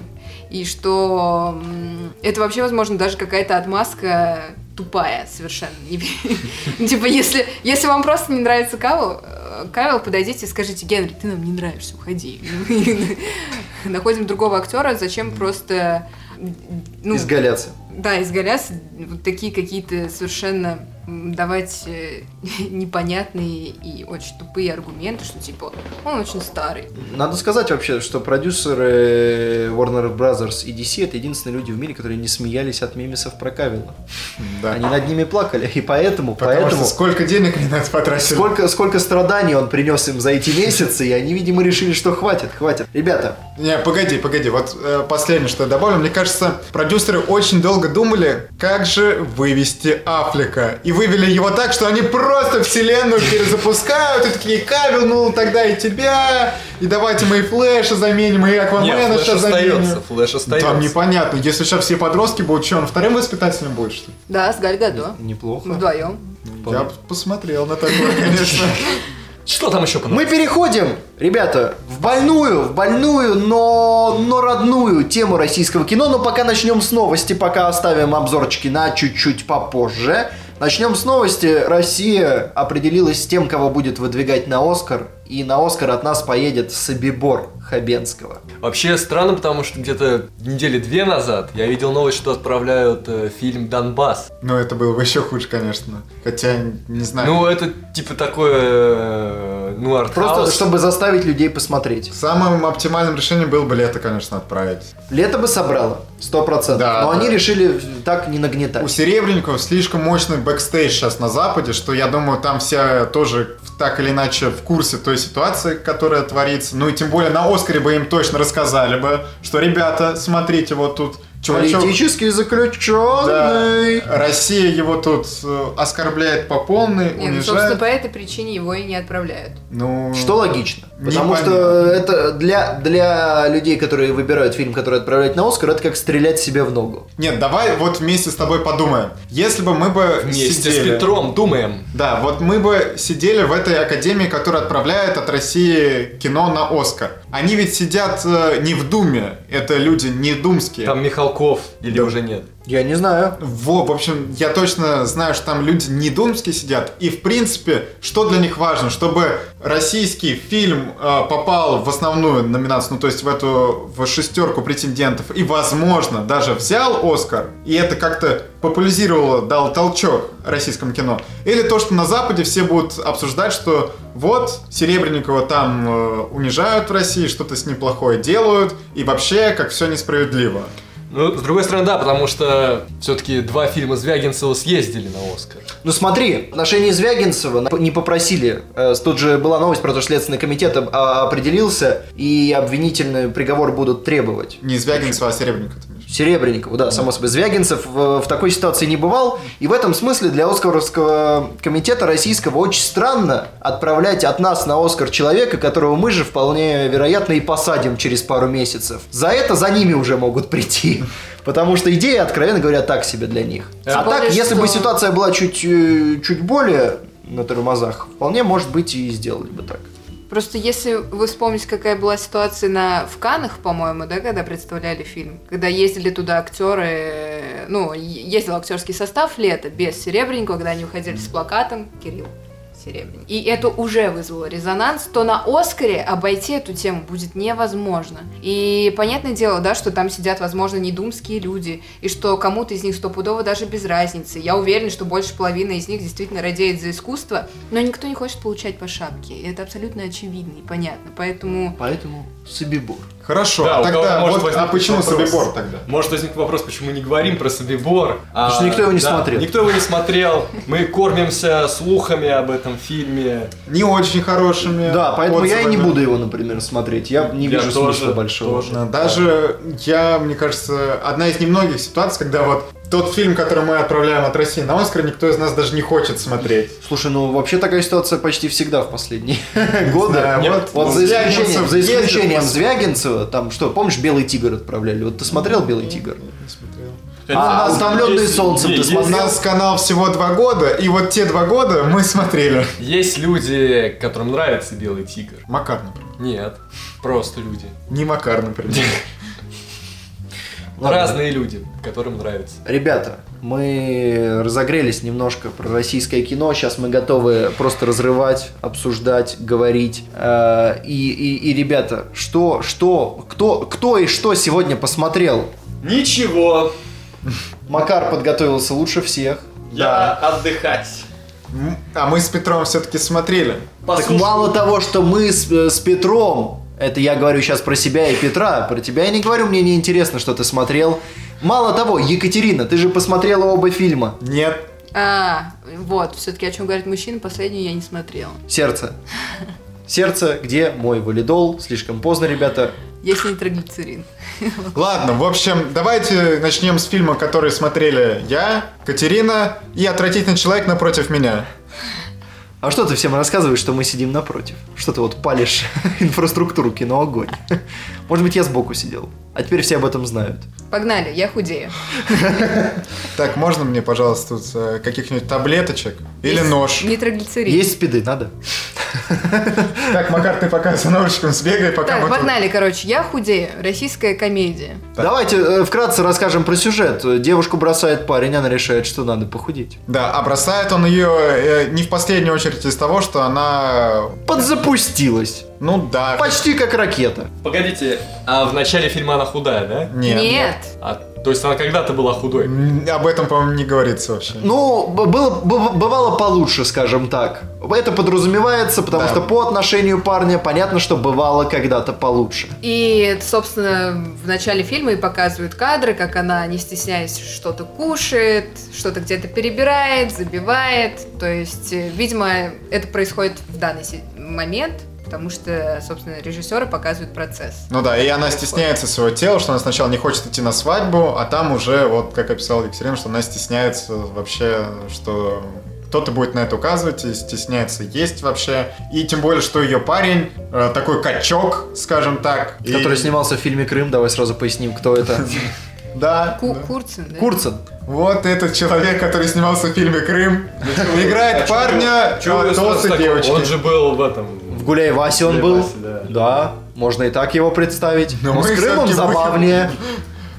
Speaker 4: И что м, это вообще, возможно, даже какая-то отмазка тупая совершенно. Не пи- Ну, Типа, если, если вам просто не нравится Кавел, э, Кавел, подойдите и скажите, Генри, ты нам не нравишься, уходи. Находим другого актера, зачем просто... ну,
Speaker 1: Изгаляться.
Speaker 4: да, изгаляться, вот такие какие-то совершенно м, давать э, непонятные и очень тупые аргументы, что типа он очень старый.
Speaker 1: Надо сказать вообще, что продюсеры э, Warner Brothers и DC это единственные люди в мире, которые не смеялись от мемесов про Кавилла.
Speaker 3: Да.
Speaker 1: Они над ними плакали, и поэтому,
Speaker 3: Потому
Speaker 1: поэтому
Speaker 3: что сколько денег они на это потратили.
Speaker 1: сколько, сколько страданий он принес им за эти месяцы, и они, видимо, решили, что хватит, хватит. Ребята,
Speaker 3: Не, погоди, погоди, вот э, последнее, что я добавлю, мне кажется, продюсеры очень долго думали, как же вывести Афлика. И вывели его так, что они просто вселенную перезапускают, и такие, Кавел, ну тогда и тебя, и давайте мы и Флэша заменим, и
Speaker 2: Нет,
Speaker 3: Аквамена
Speaker 2: Флэш
Speaker 3: сейчас заменим.
Speaker 2: остается, Флэш остается.
Speaker 3: Там непонятно, если сейчас все подростки будут, что он вторым воспитателем будет, что ли?
Speaker 4: Да, с Гальгадо.
Speaker 1: неплохо.
Speaker 4: Вдвоем.
Speaker 3: Я б посмотрел на такое, конечно.
Speaker 2: Что там еще по
Speaker 1: Мы переходим, ребята, в больную, в больную, но, но родную тему российского кино. Но пока начнем с новости, пока оставим обзорчики на чуть-чуть попозже. Начнем с новости. Россия определилась с тем, кого будет выдвигать на Оскар. И на Оскар от нас поедет Собибор Хабенского.
Speaker 2: Вообще странно, потому что где-то недели две назад я видел новость, что отправляют э, фильм «Донбасс».
Speaker 3: Ну, это было бы еще хуже, конечно. Хотя, не знаю.
Speaker 2: Ну, это типа такое, э, ну, артхаус.
Speaker 1: Просто чтобы заставить людей посмотреть.
Speaker 3: Самым оптимальным решением было бы лето, конечно, отправить.
Speaker 1: Лето бы собрало, 100%.
Speaker 3: Да,
Speaker 1: но
Speaker 3: да.
Speaker 1: они решили так не нагнетать.
Speaker 3: У Серебренникова слишком мощный бэкстейдж сейчас на Западе, что я думаю, там все тоже в- так или иначе в курсе той ситуации, которая творится. Ну и тем более на Оскаре бы им точно рассказали бы, что ребята, смотрите, вот тут Чувачок-
Speaker 1: Политический заключенный.
Speaker 3: Да. Россия его тут э, оскорбляет по полной,
Speaker 4: Нет, ну, собственно,
Speaker 3: унижает.
Speaker 4: по этой причине его и не отправляют.
Speaker 3: Ну,
Speaker 1: Что логично. Потому
Speaker 3: Непонятно.
Speaker 1: что это для, для людей, которые выбирают фильм, который отправлять на Оскар, это как стрелять себе в ногу.
Speaker 3: Нет, давай вот вместе с тобой подумаем. Если бы мы бы
Speaker 2: Вместе с
Speaker 3: сидели...
Speaker 2: Петром думаем.
Speaker 3: Да, вот мы бы сидели в этой академии, которая отправляет от России кино на Оскар. Они ведь сидят э, не в Думе, это люди не думские.
Speaker 2: Там Михалков или
Speaker 3: Да.
Speaker 2: уже нет.
Speaker 1: Я не знаю.
Speaker 3: Во, в общем, я точно знаю, что там люди не думские сидят. И, в принципе, что для них важно? Чтобы российский фильм э, попал в основную номинацию, ну, то есть в эту в шестерку претендентов, и, возможно, даже взял Оскар, и это как-то популяризировало, дал толчок российскому кино. Или то, что на Западе все будут обсуждать, что вот, Серебренникова там э, унижают в России, что-то с ним плохое делают, и вообще, как все несправедливо.
Speaker 2: Ну, с другой стороны, да, потому что все-таки два фильма Звягинцева съездили на Оскар.
Speaker 1: Ну смотри, в отношении Звягинцева на- не попросили. Э, Тут же была новость про то, что Следственный комитет об- а, определился, и обвинительный приговор будут требовать.
Speaker 3: Не Звягинцева, а Серебренникова. ты имеешь в виду?
Speaker 1: Серебренникова, да, само собой. Звягинцев э, в, в такой ситуации не бывал. И в этом смысле для Оскаровского комитета российского очень странно отправлять от нас на Оскар человека, которого мы же вполне вероятно и посадим через пару месяцев. За это за ними уже могут прийти. Потому что идея, откровенно говоря, так себе для них.
Speaker 4: Тем
Speaker 1: А так,
Speaker 4: более,
Speaker 1: если бы
Speaker 4: что-
Speaker 1: ситуация была чуть, э, чуть более на тормозах, вполне может быть и сделали бы так.
Speaker 4: Просто если вы вспомните, какая была ситуация на в Канах, по-моему, да, когда представляли фильм, когда ездили туда актеры, э, ну, е- ездил актерский состав лето без Серебренникова, когда они уходили с плакатом Кирилл Серебренников. И это уже вызвало резонанс, то на Оскаре обойти эту тему будет невозможно. И понятное дело, да, что там сидят, возможно, недумские люди, и что кому-то из них стопудово даже без разницы. Я уверена, что больше половины из них действительно радеет за искусство, но никто не хочет получать по шапке. И это абсолютно очевидно и понятно. Поэтому
Speaker 1: Поэтому Собибор.
Speaker 3: Хорошо,
Speaker 2: Да,
Speaker 3: а
Speaker 2: у кого
Speaker 3: тогда
Speaker 2: может
Speaker 3: вот, а
Speaker 2: возникнуть
Speaker 3: почему
Speaker 2: вопрос?
Speaker 3: Собибор тогда?
Speaker 2: Может возник вопрос, почему не говорим про Собибор.
Speaker 1: Потому
Speaker 2: а,
Speaker 1: что никто его не смотрел.
Speaker 2: Никто его не смотрел. Мы кормимся слухами об этом фильме.
Speaker 3: Не очень хорошими.
Speaker 1: Да, поэтому я и не
Speaker 3: отзывами.
Speaker 1: буду его, например, смотреть. Я не
Speaker 2: Я
Speaker 1: вижу
Speaker 2: тоже,
Speaker 1: смысла большого.
Speaker 2: тоже.
Speaker 3: Да, Даже я, мне кажется, одна из немногих ситуаций, когда вот тот фильм, который мы отправляем от России на Оскар, никто из нас даже не хочет смотреть.
Speaker 1: Слушай, ну вообще такая ситуация почти всегда в последние годы.
Speaker 3: знаю,
Speaker 1: Нет,
Speaker 3: вот
Speaker 1: вот за
Speaker 3: Звягинцев
Speaker 1: исключением, за
Speaker 3: ездил,
Speaker 1: исключением
Speaker 3: пос-
Speaker 1: Звягинцева, там что, помнишь, Белый тигр отправляли? Вот ты смотрел Белый тигр?
Speaker 3: Не смотрел.
Speaker 1: А «Утомленные солнцем» ты
Speaker 2: есть-
Speaker 3: У нас канал всего два года, и вот те два года мы смотрели.
Speaker 2: Есть люди, которым нравится белый тигр.
Speaker 3: Макар, например.
Speaker 2: Нет, просто люди.
Speaker 3: Не Макар, например.
Speaker 1: Ладно.
Speaker 2: Разные люди, которым нравится.
Speaker 1: Ребята, мы разогрелись немножко про российское кино. Сейчас мы готовы просто разрывать, обсуждать, говорить. Э, И, и, и, ребята, что, что, кто, кто и что сегодня посмотрел?
Speaker 2: Ничего,
Speaker 1: Макар подготовился лучше всех.
Speaker 2: я отдыхать.
Speaker 3: М, А мы с Петром все-таки смотрели.
Speaker 2: Послушал.
Speaker 1: Так мало того, что мы с, э, с Петром, это я говорю сейчас про себя и Петра, про тебя я не говорю, мне не интересно, что ты смотрел. Мало того, Екатерина, ты же посмотрела оба фильма.
Speaker 3: Нет.
Speaker 4: а, вот, все-таки о чем говорит мужчина, последнюю я не смотрела.
Speaker 1: Сердце. Сердце, где мой валидол? Слишком поздно, ребята.
Speaker 4: Если не троглицерин.
Speaker 3: Ладно, в общем, давайте начнем с фильма, который смотрели я, Катерина и отвратительный человек напротив меня.
Speaker 1: А что ты всем рассказываешь, что мы сидим напротив? Что ты вот палишь инфраструктуру кино огонь? Может быть, я сбоку сидел. А теперь все об этом знают.
Speaker 4: Погнали, я худею.
Speaker 3: Так, можно мне, пожалуйста, тут э, каких-нибудь таблеточек? Или
Speaker 4: Есть
Speaker 3: нож?
Speaker 4: Нитроглицерин.
Speaker 1: Есть спиды, надо.
Speaker 3: Так, Макар, ты пока за ножичком сбегай, пока
Speaker 4: Так,
Speaker 3: мы тут-
Speaker 4: погнали, короче. Я худею. Российская комедия.
Speaker 1: Давайте э, вкратце расскажем про сюжет. Девушку бросает парень, она решает, что надо похудеть.
Speaker 3: Да, а бросает он ее э, не в последнюю очередь из того, что она...
Speaker 1: Подзапустилась.
Speaker 3: Ну да.
Speaker 1: Почти как ракета.
Speaker 2: Погодите, а в начале фильма она худая, да?
Speaker 3: Нет.
Speaker 2: А, то есть она когда-то была худой?
Speaker 3: М, Об этом, по-моему, не говорится вообще.
Speaker 1: Ну, б- было, б- бывало получше, скажем так. Это подразумевается, потому
Speaker 3: Да.
Speaker 1: что по отношению парня понятно, что бывало когда-то получше.
Speaker 4: И, собственно, в начале фильма и показывают кадры, как она, не стесняясь, что-то кушает, что-то где-то перебирает, забивает. То есть, э, видимо, это происходит в данный се- момент. потому что, собственно, режиссеры показывают процесс.
Speaker 3: Ну да, и она стесняется своего тела, что она сначала не хочет идти на свадьбу, а там уже, вот как описал Екатерина, что она стесняется вообще, что кто-то будет на это указывать и стесняется есть вообще. И тем более, что ее парень э, такой качок, скажем так. и-
Speaker 1: Который снимался в фильме «Крым», давай сразу поясним, кто это.
Speaker 3: Да.
Speaker 4: Ку-
Speaker 3: да.
Speaker 4: Курцин, да?
Speaker 1: Курцин.
Speaker 3: Вот этот человек, который снимался в фильме «Крым», играет парня
Speaker 2: Чего
Speaker 3: э,
Speaker 2: вы сразу
Speaker 3: толстой
Speaker 2: такого? Он
Speaker 3: девочки.
Speaker 2: же был в этом...
Speaker 1: В «Гуляй Васе» он
Speaker 2: «Гуляй
Speaker 1: был.
Speaker 2: Васе», да.
Speaker 1: Да, можно и так его представить.
Speaker 3: Но
Speaker 1: Но, с
Speaker 3: Ну, мы
Speaker 1: Крымом
Speaker 3: всё-таки будем-
Speaker 1: забавнее.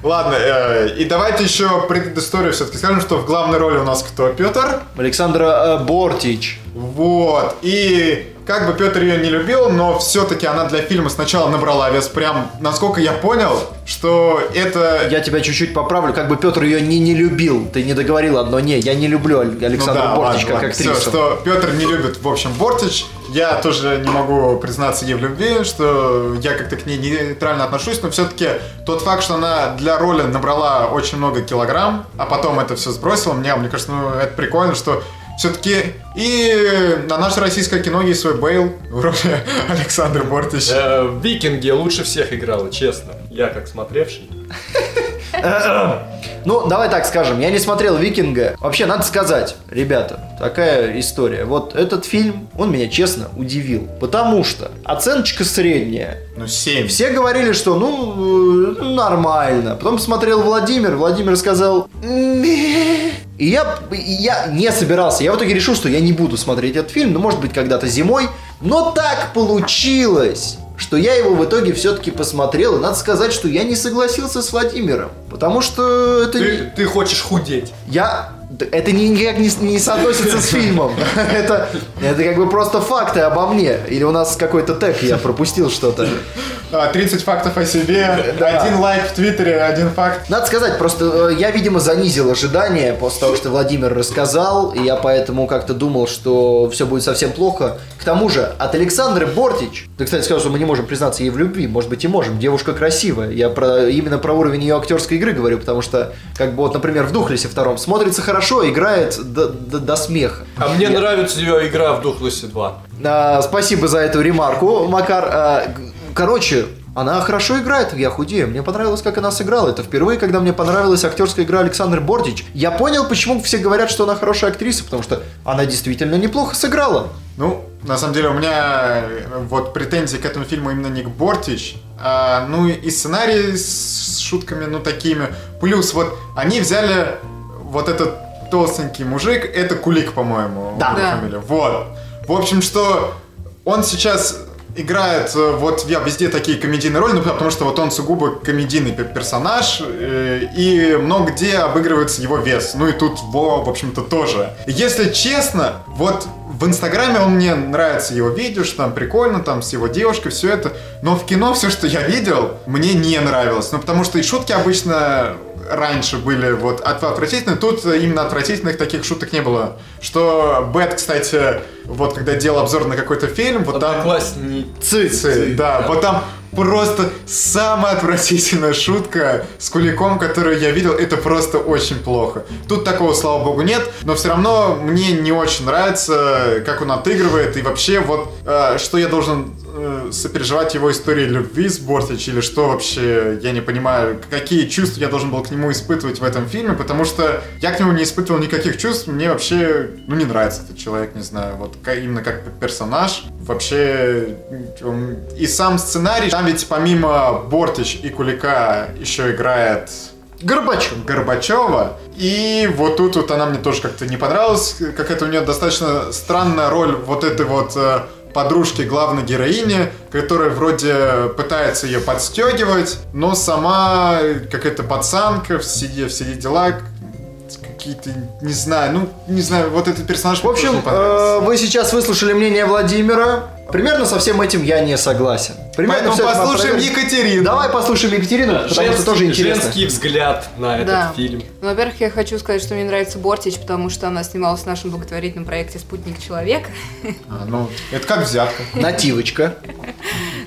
Speaker 3: Ладно, э, и давайте еще предысторию все-таки скажем, что в главной роли у нас кто? Петр?
Speaker 1: Александра э, Бортич.
Speaker 3: Вот. И как бы Петр ее не любил, но все-таки она для фильма сначала набрала вес. Прям, насколько я понял, что это...
Speaker 1: Я тебя чуть-чуть поправлю, как бы Петр ее не, не любил. Ты не договорил одно «не». Я не люблю Аль-
Speaker 3: Ну
Speaker 1: Александру
Speaker 3: да,
Speaker 1: Бортич
Speaker 3: ладно,
Speaker 1: как
Speaker 3: ладно.
Speaker 1: актрису.
Speaker 3: Всё, что Петр не любит, в общем, Бортич. Я тоже не могу признаться ей в любви, что я как-то к ней нейтрально отношусь, но все-таки тот факт, что она для роли набрала очень много килограмм, а потом это все сбросила, мне, мне кажется, ну, это прикольно, что все-таки и на наше российское кино есть свой Бейл в роли Александра Бортич.
Speaker 2: Э, в Викинге лучше всех играла, честно. Я как смотревший.
Speaker 1: Ну, давай так скажем, я не смотрел «Викинга». Вообще, надо сказать, ребята, такая история. Вот этот фильм, он меня честно удивил. Потому что оценочка средняя.
Speaker 3: Ну, 7.
Speaker 1: Все говорили, что ну, э, нормально. Потом посмотрел Владимир, Владимир сказал... «Мeh». И я, и я не собирался. Я в итоге решил, что я не буду смотреть этот фильм. Ну, может быть, когда-то зимой. Но так получилось что я его в итоге все-таки посмотрел, и надо сказать, что я не согласился с Владимиром, потому что это... не-
Speaker 2: Ты, ты хочешь худеть.
Speaker 1: я... да Это ни- никак не, с- не соотносится с фильмом. Это, это как бы просто факты обо мне. Или у нас какой-то тег, я пропустил что-то.
Speaker 3: А, 30 фактов о себе,
Speaker 1: Да.
Speaker 3: один лайк в Твиттере, один факт.
Speaker 1: Надо сказать, просто э, я, видимо, занизил ожидания после того, что Владимир рассказал, и я поэтому как-то думал, что все будет совсем плохо. К тому же, от Александры Бортич, ты, кстати, сказал, что мы не можем признаться ей в любви, может быть, и можем, девушка красивая. Я про, именно про уровень ее актерской игры говорю, потому что, как бы, вот, например, в «Духлесе» втором смотрится хорошо, играет до, до- до смеха.
Speaker 2: А мне
Speaker 1: Я-
Speaker 2: нравится ее игра в Духлесе 2.
Speaker 1: а, спасибо за эту ремарку, Макар. А, г- короче, она хорошо играет, я худею. Мне понравилось, как она сыграла. Это впервые, когда мне понравилась актерская игра Александры Бордич. Я понял, почему все говорят, что она хорошая актриса, потому что она действительно неплохо сыграла.
Speaker 3: Ну, на самом деле, у меня э, вот претензии к этому фильму именно не к Бортич, а, ну и сценарий с с шутками, ну такими. Плюс вот они взяли вот этот толстенький мужик, это Кулик, по-моему,
Speaker 1: Да.
Speaker 3: его
Speaker 4: Да.
Speaker 3: фамилия. Вот. В общем, что он сейчас играет, э, вот я везде такие комедийные роли, ну потому что вот он сугубо комедийный пе- персонаж, э, и много где обыгрывается его вес. Ну и тут во, в общем-то, тоже. Если честно, вот в Инстаграме он мне нравится его видео, что там прикольно, там с его девушкой, все это. Но в кино все, что я видел, мне не нравилось. Ну потому что и шутки обычно раньше были вот от отвратительных, тут именно отвратительных таких шуток не было. Что Бэт, кстати, вот когда делал обзор на какой-то фильм, вот там...
Speaker 2: Одноклассник.
Speaker 3: Цицы, да, вот там просто самая отвратительная шутка с куликом, которую я видел, это просто очень плохо. Тут такого, слава богу, нет, но все равно мне не очень нравится, как он отыгрывает, и вообще вот, э, что я должен э, сопереживать его истории любви с Бортич, или что вообще, я не понимаю, какие чувства я должен был к нему испытывать в этом фильме, потому что я к нему не испытывал никаких чувств, мне вообще, ну, не нравится этот человек, не знаю, вот ка- именно как персонаж, вообще, м, и сам сценарий, там ведь помимо Бортич и Кулика еще играет
Speaker 1: Горбачев.
Speaker 3: Горбачева. И вот тут вот она мне тоже как-то не понравилась, как это у нее достаточно странная роль вот этой вот э, подружки главной героини, которая вроде пытается ее подстегивать, но сама какая-то пацанка, все, все дела какие-то, не знаю, ну, не знаю, вот этот персонаж
Speaker 1: В
Speaker 3: мне тоже
Speaker 1: общем,
Speaker 3: не понравился.
Speaker 1: э, вы сейчас выслушали мнение Владимира. Примерно со всем этим я не согласен. Примерно
Speaker 3: Поэтому
Speaker 1: всё это мы
Speaker 3: послушаем
Speaker 1: проверим.
Speaker 3: Екатерину.
Speaker 1: Давай послушаем Екатерину, потому что
Speaker 2: Женский-
Speaker 1: тоже интересно.
Speaker 2: Женский взгляд на
Speaker 4: Да.
Speaker 2: этот фильм.
Speaker 4: Ну, во-первых, я хочу сказать, что мне нравится Бортич, потому что она снималась в нашем благотворительном проекте «Спутник человека».
Speaker 3: А, ну, это как взятка.
Speaker 1: Нативочка.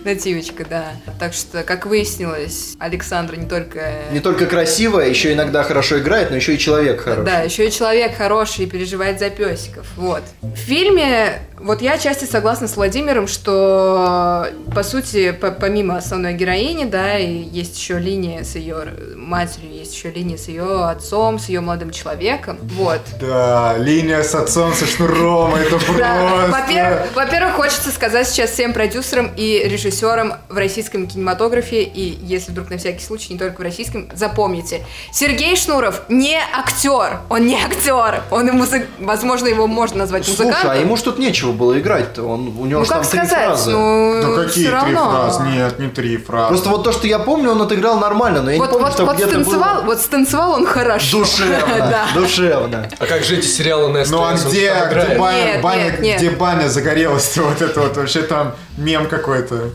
Speaker 4: нативочка, да. Так что, как выяснилось, Александра не только...
Speaker 1: Не только красивая, еще иногда хорошо играет, но еще и человек хороший.
Speaker 4: Да, еще и человек хороший и переживает за песиков. Вот. В фильме, вот я отчасти согласна с Владимиром, что, по сути, по- помимо основной героини, да, и есть еще линия с ее р- матерью, есть еще линия с ее отцом, с ее молодым человеком. Вот.
Speaker 3: Да, линия с отцом, со шнуром, это
Speaker 4: Да.
Speaker 3: просто...
Speaker 4: Во-первых, во-первых, хочется сказать сейчас всем продюсерам и режиссерам в российском кинематографе, и если вдруг на всякий случай, не только в российском, запомните. Сергей Шнуров не актер, он не актер, он и музы- возможно, его можно назвать
Speaker 1: Слушай,
Speaker 4: музыкантом.
Speaker 1: а ему что-то нечего было играть-то. Он, у него
Speaker 4: ну
Speaker 1: ж там
Speaker 4: как
Speaker 1: три
Speaker 4: сказать,
Speaker 1: фразы.
Speaker 4: ну,
Speaker 3: Ну какие
Speaker 4: всё
Speaker 3: три
Speaker 4: равно.
Speaker 3: фразы? Нет, не три фразы.
Speaker 1: Просто вот то, что я помню, он отыграл нормально, но я
Speaker 4: Вот,
Speaker 1: не помню,
Speaker 4: вот,
Speaker 1: что
Speaker 4: вот
Speaker 1: где-то
Speaker 4: станцевал,
Speaker 1: было...
Speaker 4: вот станцевал он хорошо.
Speaker 1: Душевно,
Speaker 4: Да.
Speaker 1: душевно.
Speaker 2: А как же эти сериалы на
Speaker 3: Ну а
Speaker 2: СТС? Он
Speaker 3: где,
Speaker 2: там
Speaker 3: где
Speaker 2: играет.
Speaker 3: баня,
Speaker 4: Нет,
Speaker 3: баня-
Speaker 4: нет, нет.
Speaker 3: где баня загорелась-то вот это вот? Вообще там мем какой-то.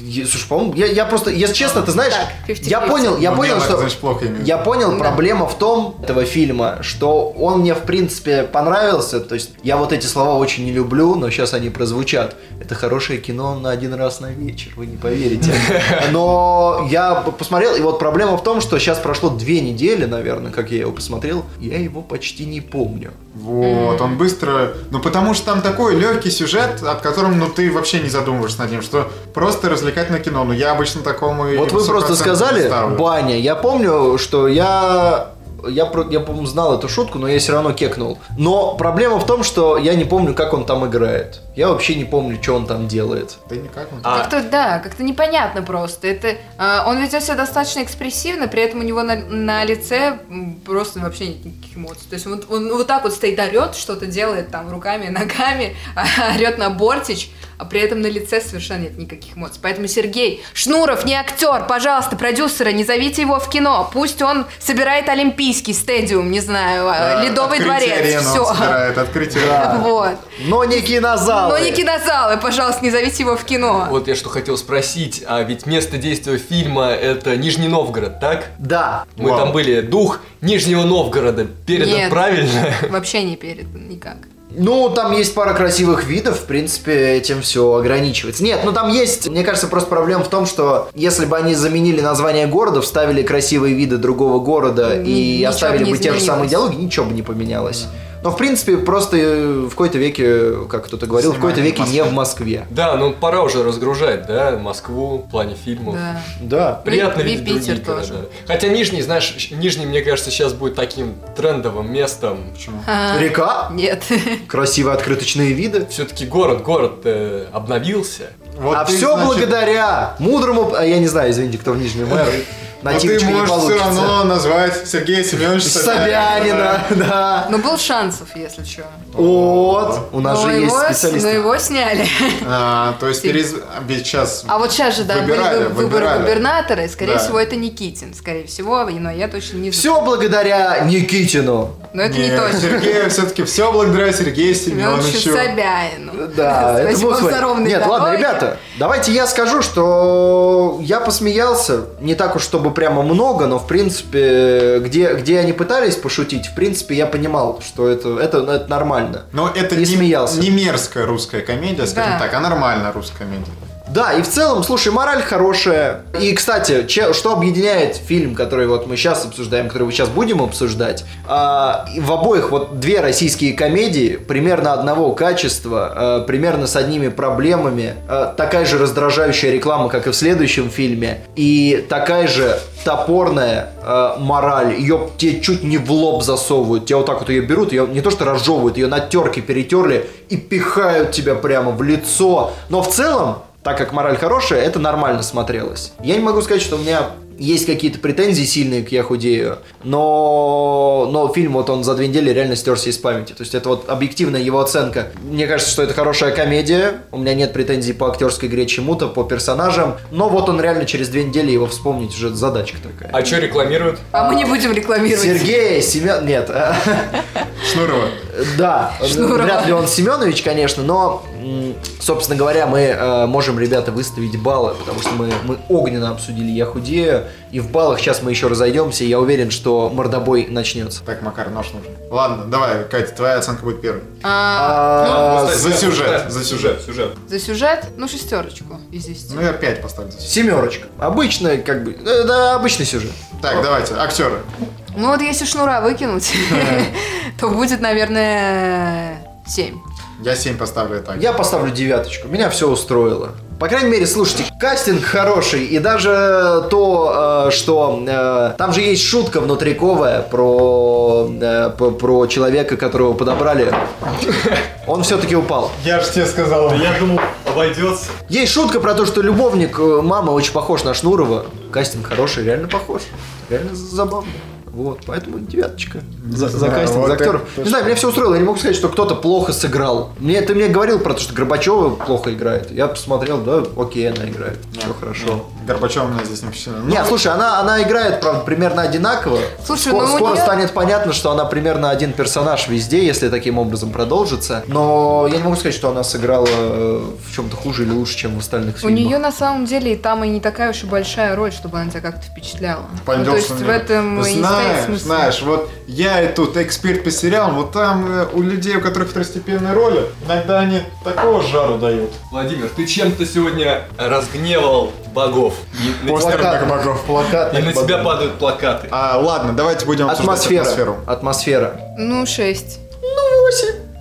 Speaker 1: Е- Слушай, по-моему, я, я просто, если честно, ты знаешь,
Speaker 4: Так, 50-50.
Speaker 1: я понял, я
Speaker 3: Ну,
Speaker 1: понял,
Speaker 3: мем, это
Speaker 1: что...
Speaker 3: значит, плохо имею в виду.
Speaker 1: Я понял, проблема в том этого фильма, что он мне в принципе понравился. То есть я вот эти слова очень не люблю, но сейчас они прозвучат. Это хорошее кино на один раз на вечер, вы не поверите. Но я п- посмотрел, и вот проблема в том, что сейчас прошло две недели, наверное, как я его посмотрел, я его почти не помню.
Speaker 3: Вот, он быстро... Ну, потому что там такой легкий сюжет, от которого, ну, ты вообще не задумываешься над ним, что просто развлекательное кино. Ну, я обычно такому...
Speaker 1: Вот вы просто сказали баня. Я помню, что я я, про- я по-моему, знал эту шутку, но я все равно кекнул. Но проблема в том, что я не помню, как он там играет. Я вообще не помню, что он там делает.
Speaker 3: Да никак. он-
Speaker 2: А,
Speaker 4: Как-то, да, как-то непонятно просто. Это, а, он ведет себя достаточно экспрессивно, при этом у него на, на лице м, просто вообще нет никаких эмоций. То есть он, он вот так вот стоит, орет, что-то делает там руками, ногами, орет на бортич, а при этом на лице совершенно нет никаких эмоций. Поэтому Сергей Шнуров не актер, пожалуйста, продюсеры, не зовите его в кино. Пусть он собирает Олимпийский стадиум, не знаю, а,
Speaker 3: Да,
Speaker 4: Ледовый
Speaker 3: открытие
Speaker 4: дворец,
Speaker 3: арены он
Speaker 4: все.
Speaker 3: собирает, открытие арены.
Speaker 4: Вот.
Speaker 1: Но не кинозал.
Speaker 4: Но не кинозалы, пожалуйста, не зовите его в кино.
Speaker 2: вот я что хотел спросить, а ведь место действия фильма это Нижний Новгород, так?
Speaker 1: Да.
Speaker 2: Мы
Speaker 3: Вау.
Speaker 2: там были. Дух Нижнего Новгорода передан
Speaker 4: Нет.
Speaker 2: правильно?
Speaker 4: Вообще не передан никак.
Speaker 1: Ну, там есть пара красивых видов, в принципе, этим все ограничивается. Нет, ну там есть, мне кажется, просто проблема в том, что если бы они заменили название города, вставили красивые виды другого города
Speaker 4: Н-
Speaker 1: и
Speaker 4: ничего
Speaker 1: оставили
Speaker 4: бы не
Speaker 1: бы те же самые
Speaker 4: изменилось.
Speaker 1: диалоги, ничего бы не поменялось. Но, в принципе, просто э, в какой-то веке, как кто-то говорил, в
Speaker 3: Снимали
Speaker 1: какой-то веке
Speaker 3: в
Speaker 1: не в Москве.
Speaker 2: Да, ну пора уже разгружать, да, Москву в плане фильмов.
Speaker 4: Да.
Speaker 1: Да.
Speaker 2: Приятно
Speaker 4: Ну и- и
Speaker 2: видеть другие
Speaker 4: Питер тоже.
Speaker 2: города. Хотя Нижний, знаешь, щ- Нижний, мне кажется, сейчас будет таким трендовым местом.
Speaker 3: Почему?
Speaker 4: А,
Speaker 1: Река,
Speaker 4: Нет.
Speaker 1: красивые открыточные виды.
Speaker 2: Все-таки город, город э, обновился.
Speaker 3: Вот
Speaker 1: а
Speaker 3: ты,
Speaker 1: все
Speaker 3: значит,
Speaker 1: благодаря мудрому... а я не знаю, извините, кто в Нижнем мэр.
Speaker 3: но
Speaker 1: Нативочка
Speaker 3: А ты
Speaker 1: не
Speaker 3: можешь все
Speaker 1: получится.
Speaker 3: равно назвать Сергея Семеновича
Speaker 1: Собянина, да.
Speaker 4: Но Ну, был шансов, если что.
Speaker 1: Ну Вот, у нас
Speaker 4: но,
Speaker 1: же есть
Speaker 4: его, но
Speaker 1: специалисты.
Speaker 4: его сняли.
Speaker 3: А, то есть перез... ведь сейчас...
Speaker 4: А вот сейчас же, да,
Speaker 3: Выбирали,
Speaker 4: были вы- выборы
Speaker 3: выбирали.
Speaker 4: губернатора, и, скорее
Speaker 3: Да.
Speaker 4: всего, это Никитин, скорее всего, но я точно не знаю.
Speaker 1: Все благодаря Никитину.
Speaker 4: Но это не
Speaker 3: Нет,
Speaker 4: точно. Ну,
Speaker 3: Сергею все-таки все благодаря Сергею
Speaker 4: Семеновичу
Speaker 3: Семеновичу.
Speaker 4: Собянину.
Speaker 1: Да, это
Speaker 4: Спасибо
Speaker 1: был
Speaker 4: вам
Speaker 1: свой.
Speaker 4: за ровные
Speaker 1: Нет, ладно,
Speaker 4: дороги.
Speaker 1: ребята, давайте я скажу, что я посмеялся, не так уж чтобы прямо много, но в принципе, где, где они пытались пошутить, в принципе, я понимал, что это, это, ну, это нормально.
Speaker 3: Но это
Speaker 1: И
Speaker 3: не,
Speaker 1: смеялся.
Speaker 3: не мерзкая русская комедия, скажем
Speaker 4: Да.
Speaker 3: так, а нормальная русская комедия.
Speaker 1: Да, и в целом, слушай, мораль хорошая. И, кстати, че- что объединяет фильм, который вот мы сейчас обсуждаем, который мы сейчас будем обсуждать, а, и в обоих вот две российские комедии примерно одного качества, а, примерно с одними проблемами, а, такая же раздражающая реклама, как и в следующем фильме, и такая же топорная а, мораль. Ее тебе чуть не в лоб засовывают, тебя вот так вот ее берут, ее не то что разжевывают, ее на терке перетерли и пихают тебя прямо в лицо. Но в целом так как мораль хорошая, это нормально смотрелось. Я не могу сказать, что у меня есть какие-то претензии сильные к «Я худею», но, но фильм вот он за две недели реально стерся из памяти. То есть это вот объективная его оценка. Мне кажется, что это хорошая комедия, у меня нет претензий по актерской игре чему-то, по персонажам, но вот он реально через две недели его вспомнить уже задачка такая.
Speaker 2: А что рекламируют?
Speaker 4: А мы не будем рекламировать.
Speaker 1: Сергей Семен... Нет.
Speaker 3: Шнурова.
Speaker 1: Да,
Speaker 4: Шнурова.
Speaker 1: вряд ли он Семенович, конечно, но, м, собственно говоря, мы э, можем, ребята, выставить баллы, потому что мы, мы огненно обсудили «Я худею». считаю. И в баллах сейчас мы еще разойдемся, и я уверен, что мордобой начнется.
Speaker 3: Так, Макар, нож нужен. Ладно, давай, Катя, твоя оценка будет первой.
Speaker 4: А,
Speaker 1: А,
Speaker 3: за
Speaker 2: Ставь,
Speaker 3: сюжет,
Speaker 2: ставь,
Speaker 3: за
Speaker 2: сюжет, сюжет.
Speaker 4: за сюжет, ну, шестерочку из
Speaker 3: Ну,
Speaker 4: десяти.
Speaker 3: я пять поставлю здесь.
Speaker 1: Семерочка. Обычная, как бы, э, да, обычный сюжет.
Speaker 3: Так, давайте, актеры.
Speaker 4: Ну, вот если шнура выкинуть, то будет, наверное, семь.
Speaker 3: Я 7 поставлю так.
Speaker 1: Я поставлю девяточку. Меня все устроило. По крайней мере, слушайте, кастинг хороший, и даже то, э, что э, там же есть шутка внутриковая про, э, п- про человека, которого подобрали. Он все-таки упал.
Speaker 3: Я же тебе сказал.
Speaker 5: Я думал, обойдется.
Speaker 1: Есть шутка про то, что любовник э, мамы очень похож на Шнурова. Кастинг хороший, реально похож. Реально забавно. Вот, поэтому девяточка. За, за
Speaker 3: знаю,
Speaker 1: кастинг,
Speaker 3: вот
Speaker 1: за
Speaker 3: это
Speaker 1: актеров. Не
Speaker 3: точно.
Speaker 1: знаю, меня все устроило. Я не могу сказать, что кто-то плохо сыграл. Мне, ты мне говорил про то, что Горбачева плохо играет. Я посмотрел, да, окей, она играет. Все хорошо.
Speaker 3: Горбачева у меня здесь не впечатлила. Ну,
Speaker 1: Нет, слушай, она, она играет, правда, примерно одинаково.
Speaker 4: Слушай,
Speaker 1: скоро,
Speaker 4: ну у
Speaker 1: скоро
Speaker 4: неё-
Speaker 1: станет понятно, что она примерно один персонаж везде, если таким образом продолжится. Но я не могу сказать, что она сыграла э, в чем-то хуже или лучше, чем в остальных
Speaker 4: У
Speaker 1: фильмах.
Speaker 4: нее на самом деле и там и не такая уж и большая роль, чтобы она тебя как-то впечатляла. Ну,
Speaker 3: пойдёшь
Speaker 4: то есть
Speaker 3: на
Speaker 4: в
Speaker 3: него.
Speaker 4: этом и не стоит
Speaker 3: Знаешь,
Speaker 4: смысла.
Speaker 3: знаешь, вот я и тут эксперт по сериалам, вот там э, у людей, у которых второстепенные роли, иногда они такого жару дают.
Speaker 2: Владимир, ты чем-то сегодня разгневал богов. И на,
Speaker 3: После
Speaker 2: тебя,
Speaker 1: Плакат.
Speaker 3: богов.
Speaker 1: Плакат.
Speaker 2: и на тебя падают плакаты.
Speaker 3: А, ладно, давайте будем
Speaker 1: Атмосфера.
Speaker 3: обсуждать атмосферу.
Speaker 1: Атмосфера.
Speaker 4: Ну, шесть.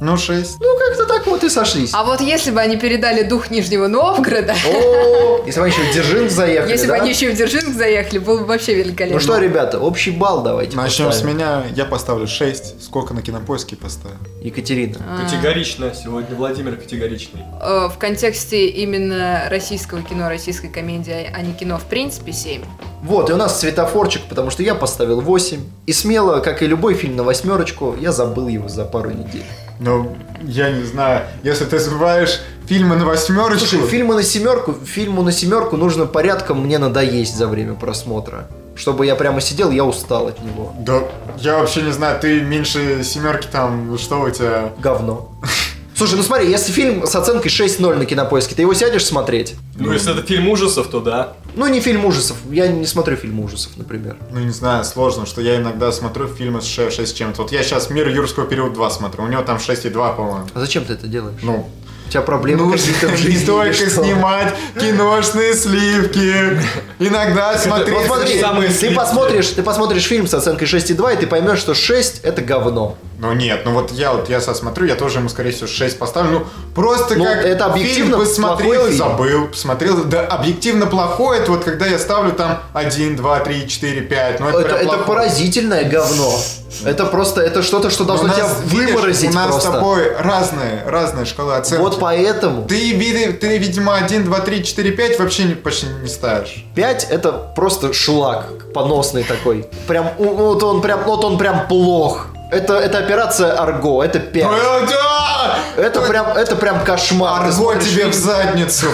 Speaker 3: Ну, 6.
Speaker 1: Ну, как-то так вот и сошлись.
Speaker 4: А вот если бы они передали дух Нижнего Новгорода,
Speaker 1: О, Если бы они еще в Дзержинск заехали,
Speaker 4: если бы
Speaker 1: да?
Speaker 4: они еще и в Дзержинск заехали, было бы вообще великолепно.
Speaker 1: Ну что, ребята, общий балл давайте
Speaker 3: Начнем с
Speaker 1: поставим.
Speaker 3: меня. Я поставлю 6. Сколько на кинопоиске поставлю?
Speaker 1: Екатерина.
Speaker 4: А.
Speaker 2: Категорично. Сегодня Владимир категоричный.
Speaker 4: Э, в контексте именно российского кино, российской комедии, а не кино в принципе 7.
Speaker 1: Вот, и у нас светофорчик, потому что я поставил 8. И смело, как и любой фильм на восьмерочку, я забыл его за пару недель.
Speaker 3: Ну, я не знаю. Если ты забываешь фильмы на восьмерочку...
Speaker 1: Слушай, фильмы на семерку, фильму на семерку нужно порядком мне надоесть за время просмотра. Чтобы я прямо сидел, я устал от него.
Speaker 3: Да, я вообще не знаю, ты меньше семерки там, что у тебя?
Speaker 1: Говно. Слушай, ну смотри, если фильм с оценкой 6-0 на кинопоиске, ты его сядешь смотреть?
Speaker 2: Ну, если это фильм ужасов, то да.
Speaker 1: Ну, не фильм ужасов. Я не смотрю фильм ужасов, например.
Speaker 3: Ну, не знаю, сложно, что я иногда смотрю фильмы с 6, с чем-то. Вот я сейчас «Мир юрского периода 2» смотрю, у него там 6,2, по-моему.
Speaker 1: А зачем ты это делаешь?
Speaker 3: Ну,
Speaker 1: У тебя проблемы какие-то в жизни.
Speaker 3: не
Speaker 1: или
Speaker 3: только
Speaker 1: что?
Speaker 3: снимать киношные сливки, иногда смотреть...
Speaker 1: Вот смотри,
Speaker 2: Самые
Speaker 1: ты
Speaker 2: слитные.
Speaker 1: посмотришь, ты посмотришь фильм с оценкой 6,2, и ты поймешь, что 6 это говно.
Speaker 3: Ну нет, ну вот я вот я со- смотрю, я тоже ему, скорее всего, 6 поставлю. Ну, просто
Speaker 1: Ну,
Speaker 3: как
Speaker 1: это объективно
Speaker 3: фильм посмотрел
Speaker 1: плохой
Speaker 3: и
Speaker 1: фильм.
Speaker 3: забыл, посмотрел. Да, объективно плохой, это вот когда я ставлю там 1, 2, 3, 4, 5. Ну, это,
Speaker 1: Это,
Speaker 3: прям
Speaker 1: это
Speaker 3: плохое.
Speaker 1: поразительное говно. Это просто, это что-то, что
Speaker 3: Ну, У
Speaker 1: должно тебя
Speaker 3: нас, видишь,
Speaker 1: выморозить
Speaker 3: У нас
Speaker 1: просто.
Speaker 3: с тобой разные, разные шкалы оценки.
Speaker 1: Вот поэтому
Speaker 3: Ты, виды- ты, видимо, 1, 2, 3, 4, 5 вообще не- почти не ставишь.
Speaker 1: 5 это просто шлак поносный такой. Прям, у- вот он прям, вот он прям плох. Это, это операция Арго, это 5.
Speaker 3: Э, да!
Speaker 1: Это прям, это прям кошмар. Ты
Speaker 3: Арго
Speaker 1: смотришь
Speaker 3: тебе
Speaker 1: фильм-
Speaker 3: в задницу.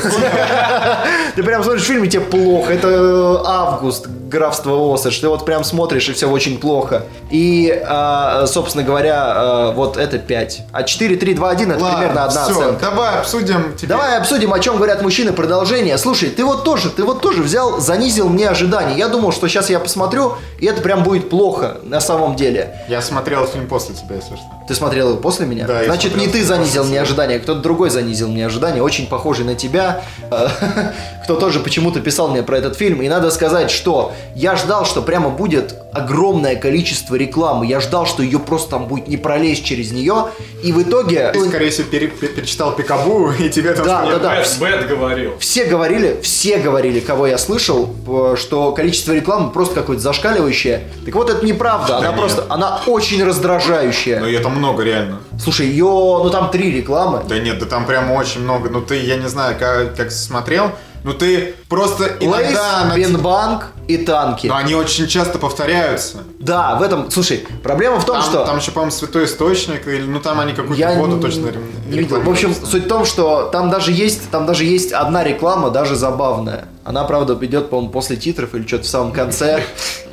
Speaker 1: Ты прям смотришь фильм, и тебе плохо. Это э, август, графство Осаж. Ты вот прям смотришь, и все очень плохо. И, а, э, собственно говоря, э, вот это 5. А 4, 3, 2, 1 это примерно
Speaker 3: Ладно,
Speaker 1: одна
Speaker 3: все,
Speaker 1: оценка.
Speaker 3: давай обсудим тебе.
Speaker 1: Давай обсудим, о чем говорят мужчины, продолжение. Слушай, ты вот тоже, ты вот тоже взял, занизил мне ожидания. Я думал, что сейчас я посмотрю, и это прям будет плохо на самом деле.
Speaker 3: Я смотрел фильм после тебя, если что.
Speaker 1: Ты смотрел его после меня?
Speaker 3: Да, я
Speaker 1: Значит,
Speaker 3: смотрел
Speaker 1: не ты
Speaker 3: после
Speaker 1: занизил мне
Speaker 3: тебя.
Speaker 1: ожидания, кто-то другой занизил мне ожидания, очень похожий на тебя, э, кто тоже почему-то писал мне про этот фильм. И надо сказать, что я ждал, что прямо будет огромное количество рекламы. Я ждал, что ее просто там будет не пролезть через нее. И в итоге...
Speaker 3: Ты, скорее всего, пере- пере- перечитал Пикабу, и тебе там...
Speaker 1: Да,
Speaker 3: сказали,
Speaker 1: да, да.
Speaker 2: Бэт, Бэт говорил.
Speaker 1: Все говорили, все говорили, кого я слышал, э, что количество рекламы просто какое-то зашкаливающее. Так вот, это неправда. Она
Speaker 3: нет.
Speaker 1: просто, она очень раздражающая.
Speaker 3: Ну, ее там много, реально.
Speaker 1: Слушай, ее, ну там три рекламы.
Speaker 3: Да нет, да там прямо очень много. Ну, ты, я не знаю, как, как смотрел, ну, ты просто
Speaker 1: Лейс,
Speaker 3: иногда... на-
Speaker 1: Бенбанк и танки.
Speaker 3: Но они очень часто повторяются.
Speaker 1: Да, в этом, слушай, проблема в том,
Speaker 3: Там,
Speaker 1: что...
Speaker 3: там еще, по-моему, святой источник, или ну там они какую-то
Speaker 1: я
Speaker 3: воду
Speaker 1: не-
Speaker 3: точно рем-
Speaker 1: не видел. В общем,
Speaker 3: рекламируют.
Speaker 1: суть в том, что там даже есть, там даже есть одна реклама, даже забавная. Она, правда, идет, по-моему, после титров или что-то в самом конце.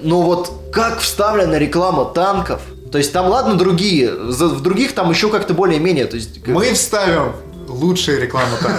Speaker 1: Но вот как вставлена реклама танков? То есть там, ладно, другие. За- В других там еще как-то более-менее. То есть, как-
Speaker 3: Мы вставим лучшие рекламы там.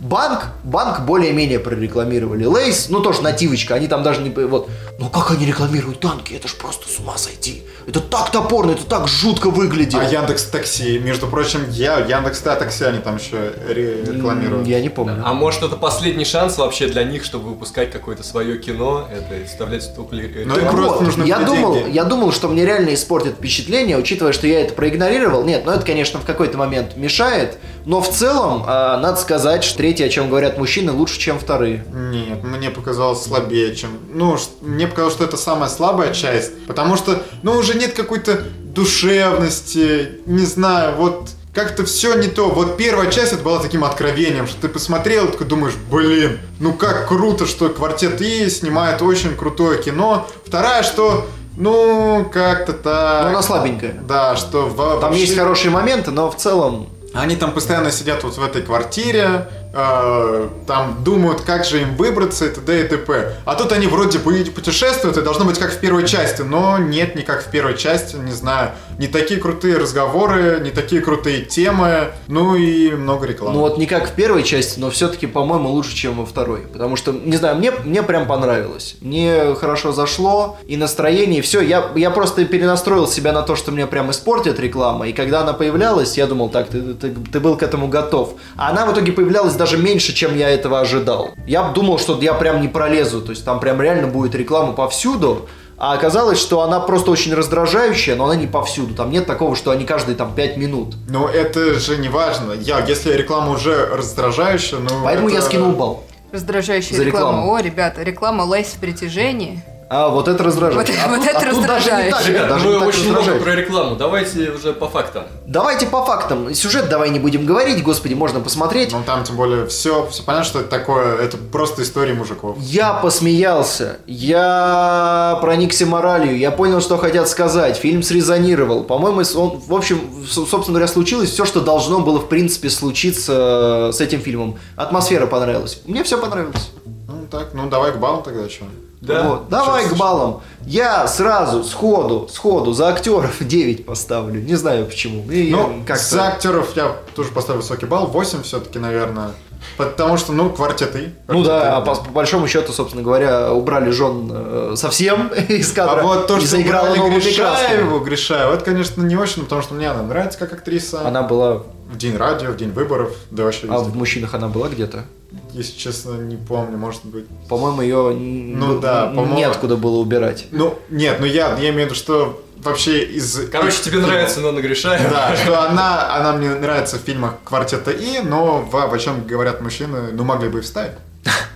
Speaker 1: Банк, банк более-менее прорекламировали. Лейс, ну тоже нативочка, они там даже не... Вот. Но как они рекламируют танки? Это ж просто с ума сойти. Это так топорно, это так жутко выглядит.
Speaker 3: А Яндекс Такси, между прочим, я Яндекс Такси они там еще ре-
Speaker 1: М,
Speaker 3: рекламируют.
Speaker 1: Я не помню.
Speaker 2: А может это последний шанс вообще для них, чтобы выпускать какое-то свое кино, это и вставлять столько ли- э,
Speaker 3: Ну, и
Speaker 2: рекламу?
Speaker 3: круто. просто
Speaker 1: Вот,
Speaker 3: нужны
Speaker 1: я
Speaker 3: были
Speaker 1: думал,
Speaker 3: деньги.
Speaker 1: я думал, что мне реально испортит впечатление, учитывая, что я это проигнорировал. Нет, ну это, конечно, в какой-то момент мешает, но в целом, а, надо сказать, что третье, о чем говорят мужчины, лучше, чем вторые.
Speaker 3: Нет, мне показалось слабее, чем... Ну, ш- мне показалось, что это самая слабая часть, потому что, ну, уже нет какой-то душевности, не знаю, вот как-то все не то. Вот первая часть это была таким откровением, что ты посмотрел, такой думаешь, блин, ну как круто, что квартет И снимает очень крутое кино. Вторая, что, ну, как-то
Speaker 1: Но
Speaker 3: так.
Speaker 1: она слабенькая.
Speaker 3: Да, что во-
Speaker 1: Там есть
Speaker 3: вообще-
Speaker 1: хорошие моменты, но в целом
Speaker 3: они там постоянно сидят вот в этой квартире, э, там думают, как же им выбраться и т.д. и т.п. А тут они вроде бы и путешествуют, и должно быть как в первой части, но нет, не как в первой части, не знаю. Не такие крутые разговоры, не такие крутые темы, ну и много рекламы.
Speaker 1: Ну вот не как в первой части, но все-таки, по-моему, лучше, чем во второй. Потому что, не знаю, мне, мне прям понравилось. Мне хорошо зашло, и настроение, и все. Я, я просто перенастроил себя на то, что мне прям испортит реклама. И когда она появлялась, я думал, так, ты, ты- ты был к этому готов. А она в итоге появлялась даже меньше, чем я этого ожидал. Я б думал, что я прям не пролезу. То есть там прям реально будет реклама повсюду. А оказалось, что она просто очень раздражающая, но она не повсюду. Там нет такого, что они каждые там 5 минут.
Speaker 3: Но это же не важно. Я, если реклама уже раздражающая, ну...
Speaker 1: Поэтому я
Speaker 3: это-
Speaker 1: скинул балл.
Speaker 4: Раздражающая
Speaker 1: За
Speaker 4: реклама.
Speaker 1: рекламу.
Speaker 4: О, ребята, реклама Лайс в притяжении.
Speaker 1: А, вот это раздражает.
Speaker 4: Вот-
Speaker 1: а
Speaker 4: вот
Speaker 1: тут,
Speaker 4: это
Speaker 1: а тут даже не так,
Speaker 4: раздражающе.
Speaker 1: ребят, даже
Speaker 2: Мы
Speaker 1: не так
Speaker 2: очень много
Speaker 1: раздражает.
Speaker 2: про рекламу. Давайте уже по фактам.
Speaker 1: Давайте по фактам. Сюжет давай не будем говорить, господи, можно посмотреть.
Speaker 3: Ну там тем более все, все понятно, что это такое, это просто история мужиков.
Speaker 1: Я посмеялся, я проникся моралью, я понял, что хотят сказать, фильм срезонировал. По-моему, с- он, в общем, с- собственно говоря, случилось все, что должно было, в принципе, случиться э, с этим фильмом. Атмосфера понравилась. Мне все понравилось.
Speaker 3: Ну так, ну давай к баллу тогда что.
Speaker 2: Да?
Speaker 1: Вот, Давай к баллам. Я сразу, сходу, сходу за актеров 9 поставлю. Не знаю почему. Мне
Speaker 3: Ну,
Speaker 1: как-то-
Speaker 3: за актеров я тоже поставил высокий балл, 8 все-таки, наверное. Потому что, ну, квартеты.
Speaker 1: Ну да, а по,
Speaker 3: Квартеты.
Speaker 1: по большому счету, собственно говоря, убрали жен э, совсем из
Speaker 3: А
Speaker 1: кадра.
Speaker 3: вот то,
Speaker 1: и
Speaker 3: что
Speaker 1: заиграла
Speaker 3: заиграла
Speaker 1: новыми красками.
Speaker 3: Гришаеву, Гришаеву, это, конечно, не очень, потому что мне она нравится как актриса.
Speaker 1: Она была...
Speaker 3: В день радио, в день выборов, да вообще
Speaker 1: А
Speaker 3: везде.
Speaker 1: в мужчинах она была где-то?
Speaker 3: Если честно, не помню, может быть.
Speaker 1: По-моему, ее ну,
Speaker 3: Ну да, по-моему.
Speaker 1: неоткуда было убирать.
Speaker 3: Ну, нет, ну я, я имею в виду, что вообще из...
Speaker 2: Короче, тебе нравится ну, Нонна Гришаева?
Speaker 3: Да, что она, она мне нравится в фильмах «Квартета И», но в «О чем говорят мужчины», ну, могли бы и вставить.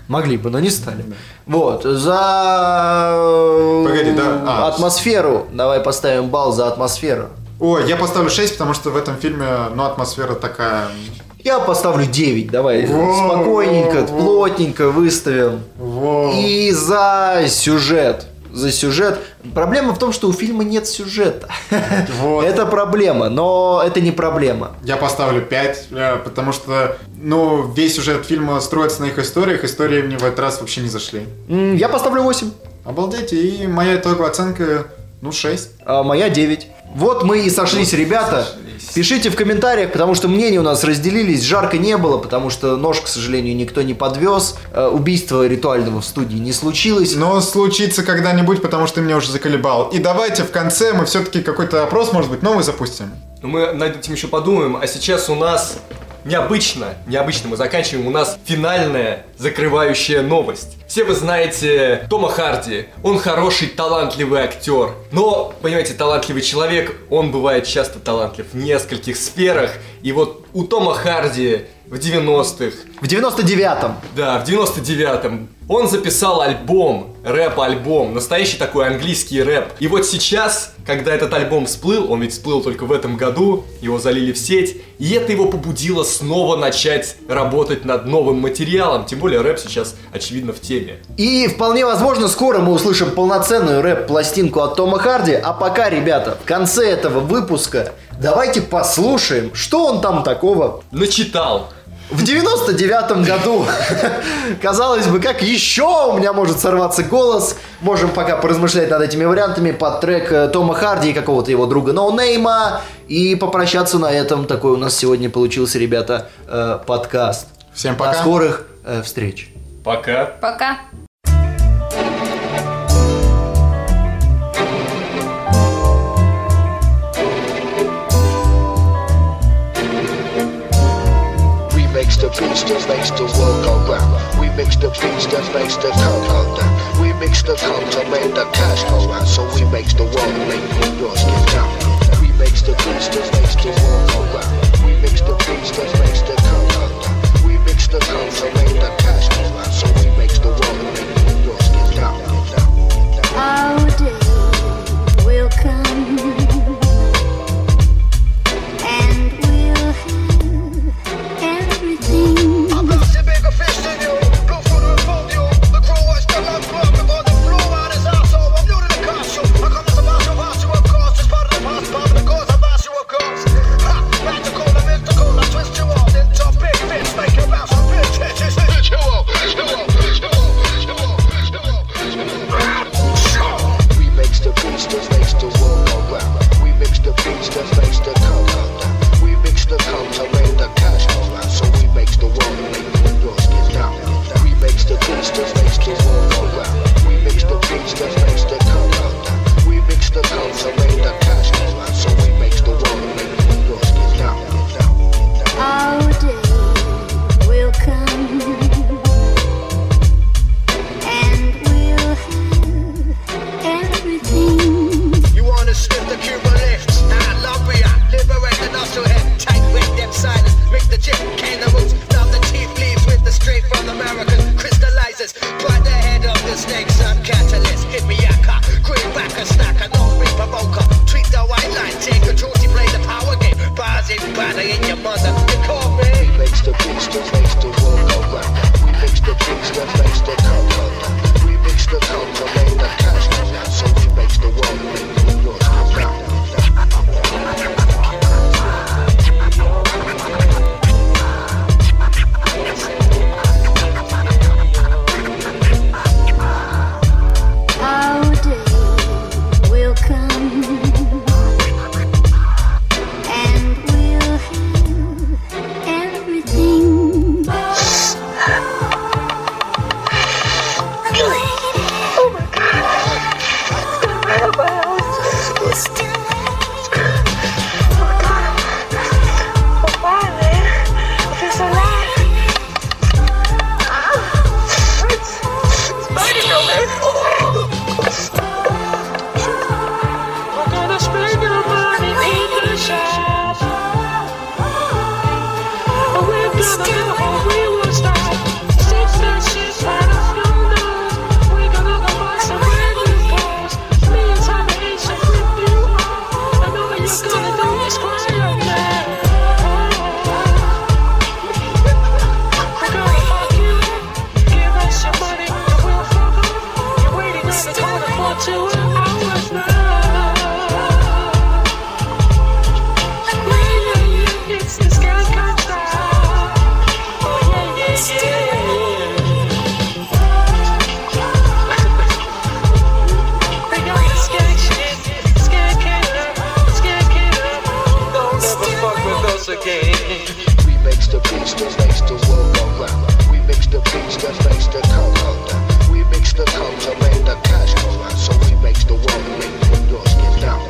Speaker 1: Могли бы, но не стали.
Speaker 3: Да.
Speaker 1: Вот, за
Speaker 3: Погоди, да, а.
Speaker 1: атмосферу. Давай поставим балл за атмосферу.
Speaker 3: Ой, я поставлю 6, потому что в этом фильме, ну, атмосфера такая...
Speaker 1: Я поставлю 9, давай
Speaker 3: Воу,
Speaker 1: спокойненько,
Speaker 3: воу, воу.
Speaker 1: плотненько выставим.
Speaker 3: Воу.
Speaker 1: И за сюжет. За сюжет. Проблема в том, что у фильма нет сюжета.
Speaker 3: Вот.
Speaker 1: Это проблема, но это не проблема.
Speaker 3: Я поставлю 5, потому что, ну, весь сюжет фильма строится на их историях, истории мне в этот раз вообще не зашли.
Speaker 1: М, Я поставлю 8,
Speaker 3: Обалдеть, и моя итоговая оценка, ну, 6.
Speaker 1: а моя 9. Вот мы и сошлись, ребята.
Speaker 2: сошлись.
Speaker 1: Пишите в комментариях, потому что мнения у нас разделились. Жарко не было, потому что нож, к сожалению, никто не подвез. Э, Убийства ритуального в студии не случилось.
Speaker 3: Но случится когда-нибудь, потому что ты меня уже заколебал. И давайте в конце мы все-таки какой-то опрос, может быть, новый запустим.
Speaker 2: Ну, Мы над этим еще подумаем, а сейчас у нас необычно, необычно мы заканчиваем, у нас финальная закрывающая новость. Все вы знаете Тома Харди, он хороший, талантливый актер, но, понимаете, талантливый человек, он бывает часто талантлив в нескольких сферах, и вот у Тома Харди в 90-х,
Speaker 1: В 99-м.
Speaker 2: да, в 99-м, он записал альбом, рэп-альбом, настоящий такой английский рэп. И вот сейчас, когда этот альбом всплыл, он ведь всплыл только в этом году, его залили в сеть, и это его побудило снова начать работать над новым материалом, тем более рэп сейчас, очевидно, в теме.
Speaker 1: И вполне возможно, скоро мы услышим полноценную рэп-пластинку от Тома Харди. А пока, ребята, в конце этого выпуска давайте послушаем, что он там такого
Speaker 2: Начитал.
Speaker 1: в 99-м году. Казалось бы, как еще у меня может сорваться голос. Можем пока поразмышлять над этими вариантами под трек э, Тома Харди и какого-то его друга Ноунейма. И попрощаться на этом. Такой у нас сегодня получился, ребята, э, подкаст.
Speaker 3: Всем
Speaker 1: До
Speaker 3: пока.
Speaker 1: скорых э, встреч.
Speaker 2: Пока.
Speaker 4: Пока.
Speaker 5: We makes the beats that makes the world go round. We makes the beats that makes the town go down. We mix the cum to make the cash go round. So we makes the world make yours get down. We makes the beats that makes the world go round. We mix the beats that makes the cum go down. We mix the cum to make the cash go round. So we makes the world make yours get down. Get down. Get down.
Speaker 6: Our day will come, and we'll have everything.
Speaker 7: Abraço e pega festinho, pro fundo do fundo, the crew is the man club, the ball the flow out is out, so I'm new to the costume. I come to the boss, you boss, you of course, it's part of the past, part of the cause, I boss you of course. Ha, magical, the mystical, I twist you all into a big fist, make you bounce a bitch, bitch, bitch, bitch, you all, you all, you all, you all, you all, you all.
Speaker 5: We makes the beats that makes the world go round. We mix the beats that makes the cum go down. We mix the cum to make the cash go round. So we makes the world make yours get down. We makes the beats that makes the world go round. We mix the beats that makes the cum go down. We mix the cum to make the cash go round. So we makes the world make yours get down. Get down. Get down.
Speaker 6: Our day will come, and we'll have everything.
Speaker 7: You wanna slip the Cuba lift I love we are liberated us to have tight with them silence Mix the chip, can the roots, love the chief leaves with the straight from American crystallizes Put the head of the snake, some catalyst, hit me a car, green backer, snacker, no free provoker Treat the white line, take control, to play the power game Bars in body in your mother, you call me
Speaker 5: We makes the beats that makes the world go round. We makes the beats that makes the town go round. We makes the town to make the cash go round. So we makes the world make yours go round.
Speaker 6: Our day will come, and we'll have everything. Oh my God! My house is still. Oh my God! Why, man? I feel so light. It's burning over.
Speaker 8: Two hours now. It's the sky Oh yeah, yeah, yeah. They got the sky shit, sky killer, sky killer.
Speaker 7: Don't ever fuck with us again
Speaker 5: We makes the beats that makes the world go round. We makes the beats that makes the town go down. We makes the town to make the cash go round. So we makes the world make yours get down.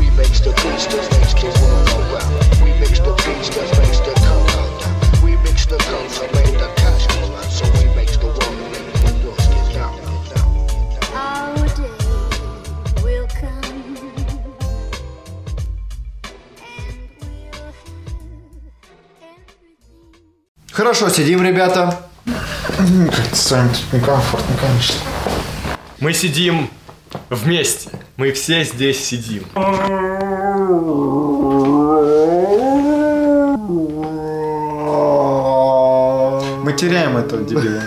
Speaker 5: We makes the beats that makes the world go round. We makes the beats that makes the town go down. We makes the town to make the cash go round. So we makes the world make yours get down. Get down. Get down.
Speaker 6: Our day will come, and we'll have everything.
Speaker 1: Хорошо, сидим, ребята.
Speaker 3: С вами тут некомфортно, конечно.
Speaker 2: Мы сидим вместе. Мы все здесь сидим.
Speaker 3: Мы теряем этого дебила.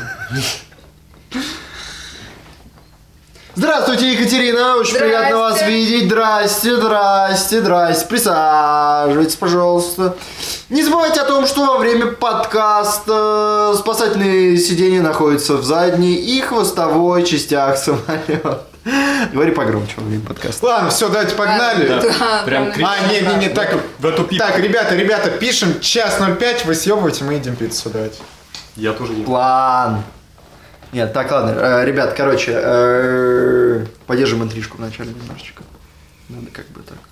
Speaker 1: Здравствуйте, Екатерина. Очень
Speaker 4: Здрасте.
Speaker 1: приятно вас видеть. Здрасте, здрасте, здрасте. Присаживайтесь, пожалуйста. Не забывайте о том, что во время подкаста спасательные сиденья находятся в задней и хвостовой частях самолета. Говори погромче во время подкаста.
Speaker 3: Ладно, все, давайте погнали.
Speaker 4: Да,
Speaker 2: Прям крик.
Speaker 3: А, не, не, не, так,
Speaker 2: В эту пип-
Speaker 3: так, ребята, ребята, пишем час 05, вы съебываете, мы едем пиццу давать.
Speaker 9: Я тоже не...
Speaker 1: План. Нет, так, ладно. Э, Ребят, короче, э, поддержим интрижку вначале немножечко. Надо как бы так.